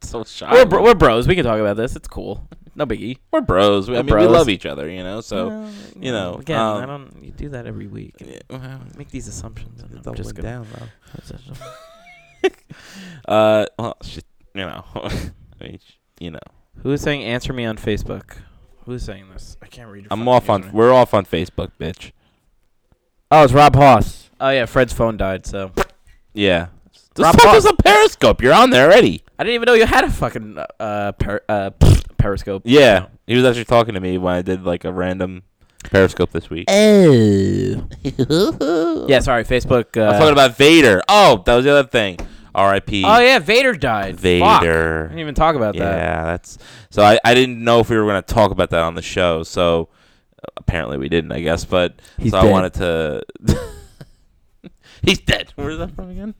Speaker 6: so shy.
Speaker 5: We're, bro- we're bros. We can talk about this. It's cool. No biggie.
Speaker 6: We're bros. We- I
Speaker 5: We're
Speaker 6: mean,
Speaker 5: bros.
Speaker 6: we love each other, you know. So
Speaker 5: Well,
Speaker 6: you know,
Speaker 5: again, I
Speaker 6: um,
Speaker 5: don't. You do that every week. and
Speaker 6: yeah, well,
Speaker 5: Make these assumptions. And
Speaker 6: it all
Speaker 5: I'm just
Speaker 6: went
Speaker 5: gonna,
Speaker 6: down though. Uh, well, shit, you know, I mean, sh- you know.
Speaker 5: Who is saying answer me on Facebook? Who's saying this? I can't read. your
Speaker 6: I'm
Speaker 5: fucking
Speaker 6: off on.
Speaker 5: username.
Speaker 6: We're off on Facebook, bitch.
Speaker 5: Oh, it's Rob Hoss. Oh yeah, Fred's phone died, so
Speaker 6: Yeah. This
Speaker 5: Rob
Speaker 6: fuck
Speaker 5: Hot-
Speaker 6: is a Periscope. You're on there already.
Speaker 5: I didn't even know you had a fucking uh, uh, per- uh Periscope.
Speaker 6: Yeah. He was actually talking to me when I did like a random Periscope this week.
Speaker 7: Oh.
Speaker 5: Yeah, sorry, Facebook. Uh,
Speaker 6: I was talking about Vader. Oh, that was the other thing. R.I.P.
Speaker 5: oh yeah, Vader died. Fuck. I
Speaker 6: Vader.
Speaker 5: didn't even talk about that.
Speaker 6: Yeah, that's. So I, I didn't know if we were going to talk about that on the show. So uh, apparently we didn't, I guess. But
Speaker 5: He's
Speaker 6: so
Speaker 5: dead.
Speaker 6: I wanted to. he's dead. Where's that from again?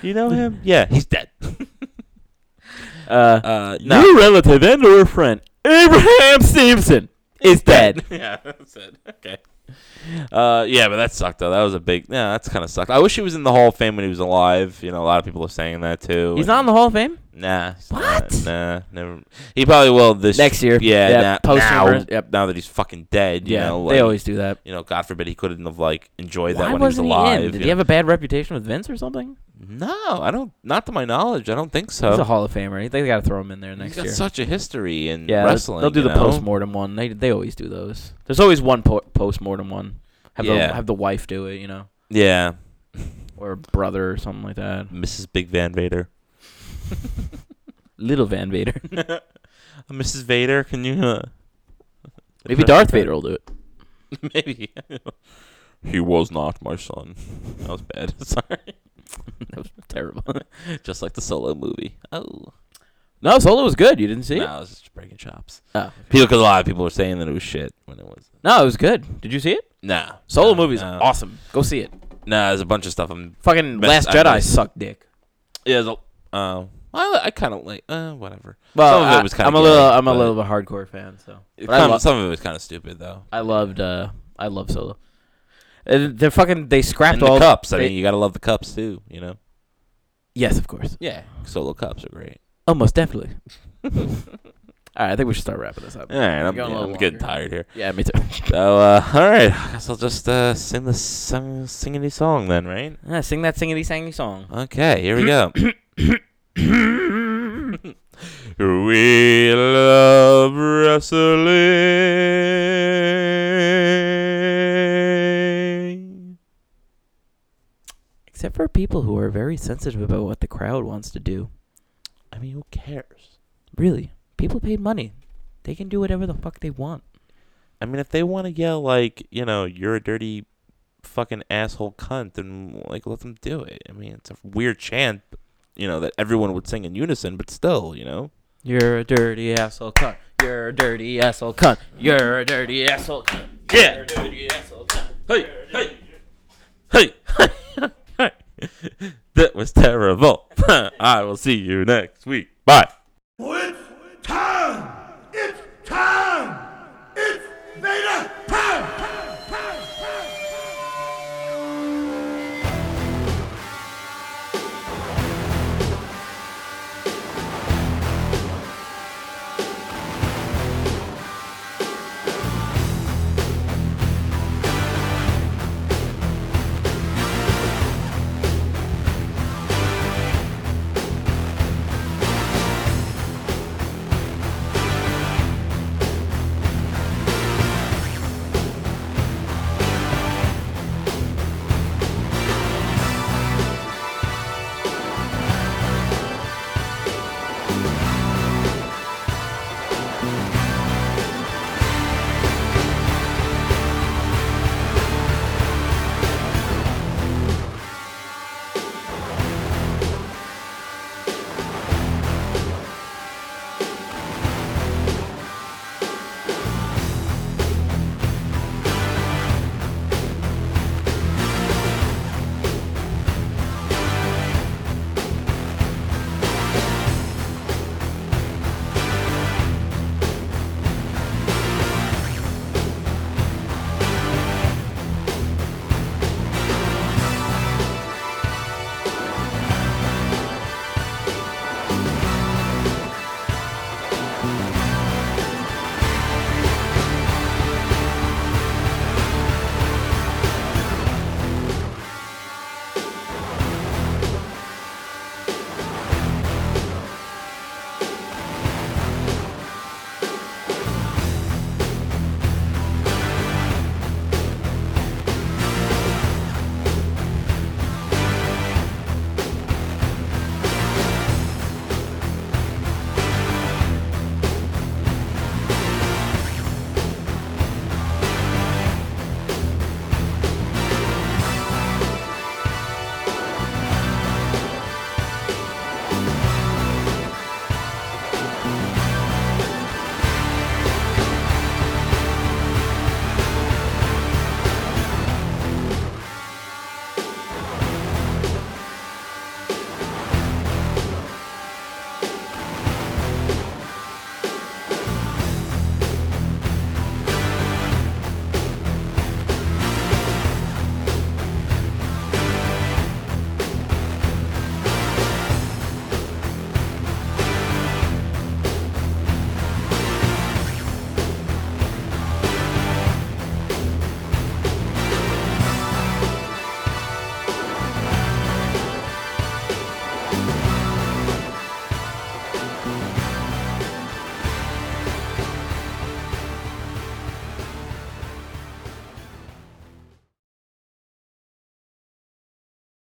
Speaker 6: you know him? Yeah, he's dead.
Speaker 5: Uh,
Speaker 6: Uh,
Speaker 5: New relative and or friend Abraham Simpson is dead.
Speaker 6: yeah, that's it. Okay. Uh, yeah, but that sucked though. That was a big. Yeah, that's kind of sucked. I wish he was in the Hall of Fame when he was alive. You know, a lot of people are saying that too.
Speaker 5: He's not in the Hall of Fame
Speaker 6: Nah. he's not. Nah. Never. He probably will this
Speaker 5: Next year.
Speaker 6: Yeah.
Speaker 5: Yeah,
Speaker 6: nah-
Speaker 5: post
Speaker 6: now.
Speaker 5: universe- yep.
Speaker 6: Now that he's fucking dead. You
Speaker 5: Yeah,
Speaker 6: Know,
Speaker 5: they
Speaker 6: like,
Speaker 5: always do that.
Speaker 6: You know, God forbid he couldn't have like enjoyed that
Speaker 5: Why
Speaker 6: when he was
Speaker 5: wasn't he
Speaker 6: alive.
Speaker 5: in? Did
Speaker 6: you
Speaker 5: he have
Speaker 6: know?
Speaker 5: a bad reputation with Vince or something?
Speaker 6: No, I don't. Not to my knowledge, I don't think so.
Speaker 5: He's a Hall of Famer. They got to throw him in there
Speaker 6: He's
Speaker 5: next
Speaker 6: got
Speaker 5: year.
Speaker 6: such a history in
Speaker 5: Yeah, they'll-
Speaker 6: wrestling.
Speaker 5: They'll do
Speaker 6: you
Speaker 5: the
Speaker 6: know?
Speaker 5: post mortem one. They they always do those. There's always one po- post mortem one. Have
Speaker 6: Yeah.
Speaker 5: the have the wife do it, you know,
Speaker 6: Yeah,
Speaker 5: or a brother or something like that.
Speaker 6: Mrs. Big Van Vader.
Speaker 5: Little Van Vader.
Speaker 6: Mrs. Uh, Vader, can you? Uh,
Speaker 5: Maybe Darth Vader will do it.
Speaker 6: Maybe. he was not my son. That was bad. Sorry.
Speaker 5: that was terrible.
Speaker 6: Just like the solo movie. Oh.
Speaker 5: no, Solo was good. You didn't see
Speaker 6: No,
Speaker 5: it?
Speaker 6: I was just breaking chops.
Speaker 5: Oh.
Speaker 6: People, because a lot of people were saying that it was shit when it was.
Speaker 5: No, it was good. Did you see it?
Speaker 6: Nah.
Speaker 5: Solo
Speaker 6: Nah,
Speaker 5: movies
Speaker 6: nah.
Speaker 5: awesome. Go see it.
Speaker 6: Nah, there's a bunch of stuff. I'm.
Speaker 5: Fucking
Speaker 6: Best-
Speaker 5: Last
Speaker 6: I
Speaker 5: Jedi
Speaker 6: missed-
Speaker 5: sucked dick.
Speaker 6: Yeah, there's a. Uh, I, I kind of like. Uh, whatever.
Speaker 5: Well,
Speaker 6: some of
Speaker 5: I,
Speaker 6: it was kind
Speaker 5: I'm a little I'm a little bit hardcore fan, so. But I, lo-
Speaker 6: some of it was kind of stupid though.
Speaker 5: I loved uh I love Solo. And they're fucking they scrapped
Speaker 6: And the
Speaker 5: all
Speaker 6: cups. I
Speaker 5: they-
Speaker 6: mean, you gotta love the cups too. You know.
Speaker 5: yes, of course.
Speaker 6: Yeah. Solo cups are great.
Speaker 5: Oh, most definitely. All right, I think we should start wrapping this up.
Speaker 6: All right, I'm,
Speaker 5: going a
Speaker 6: yeah,
Speaker 5: little
Speaker 6: I'm getting
Speaker 5: longer.
Speaker 6: tired here.
Speaker 5: Yeah, me too.
Speaker 6: So, uh, all right. I guess I'll just uh, sing the sing, sing a new song then, right?
Speaker 5: Ah, sing that singity sangy song.
Speaker 6: Okay, here we go. we love wrestling.
Speaker 5: Except for people who are very sensitive about what the crowd wants to do.
Speaker 6: I mean, who cares?
Speaker 5: Really, people paid money; they can do whatever the fuck they want.
Speaker 6: I mean, if they want to yell like, you know, you're a dirty fucking asshole cunt and like let them do it. I mean, it's a weird chant, you know, that everyone would sing in unison, but still, you know.
Speaker 5: You're a dirty asshole cunt. You're a dirty asshole cunt. You're a dirty asshole cunt.
Speaker 6: Yeah.
Speaker 5: You're a dirty asshole cunt.
Speaker 6: Hey, hey, hey, hey. that was terrible. I will see you next week. Bye.
Speaker 1: What?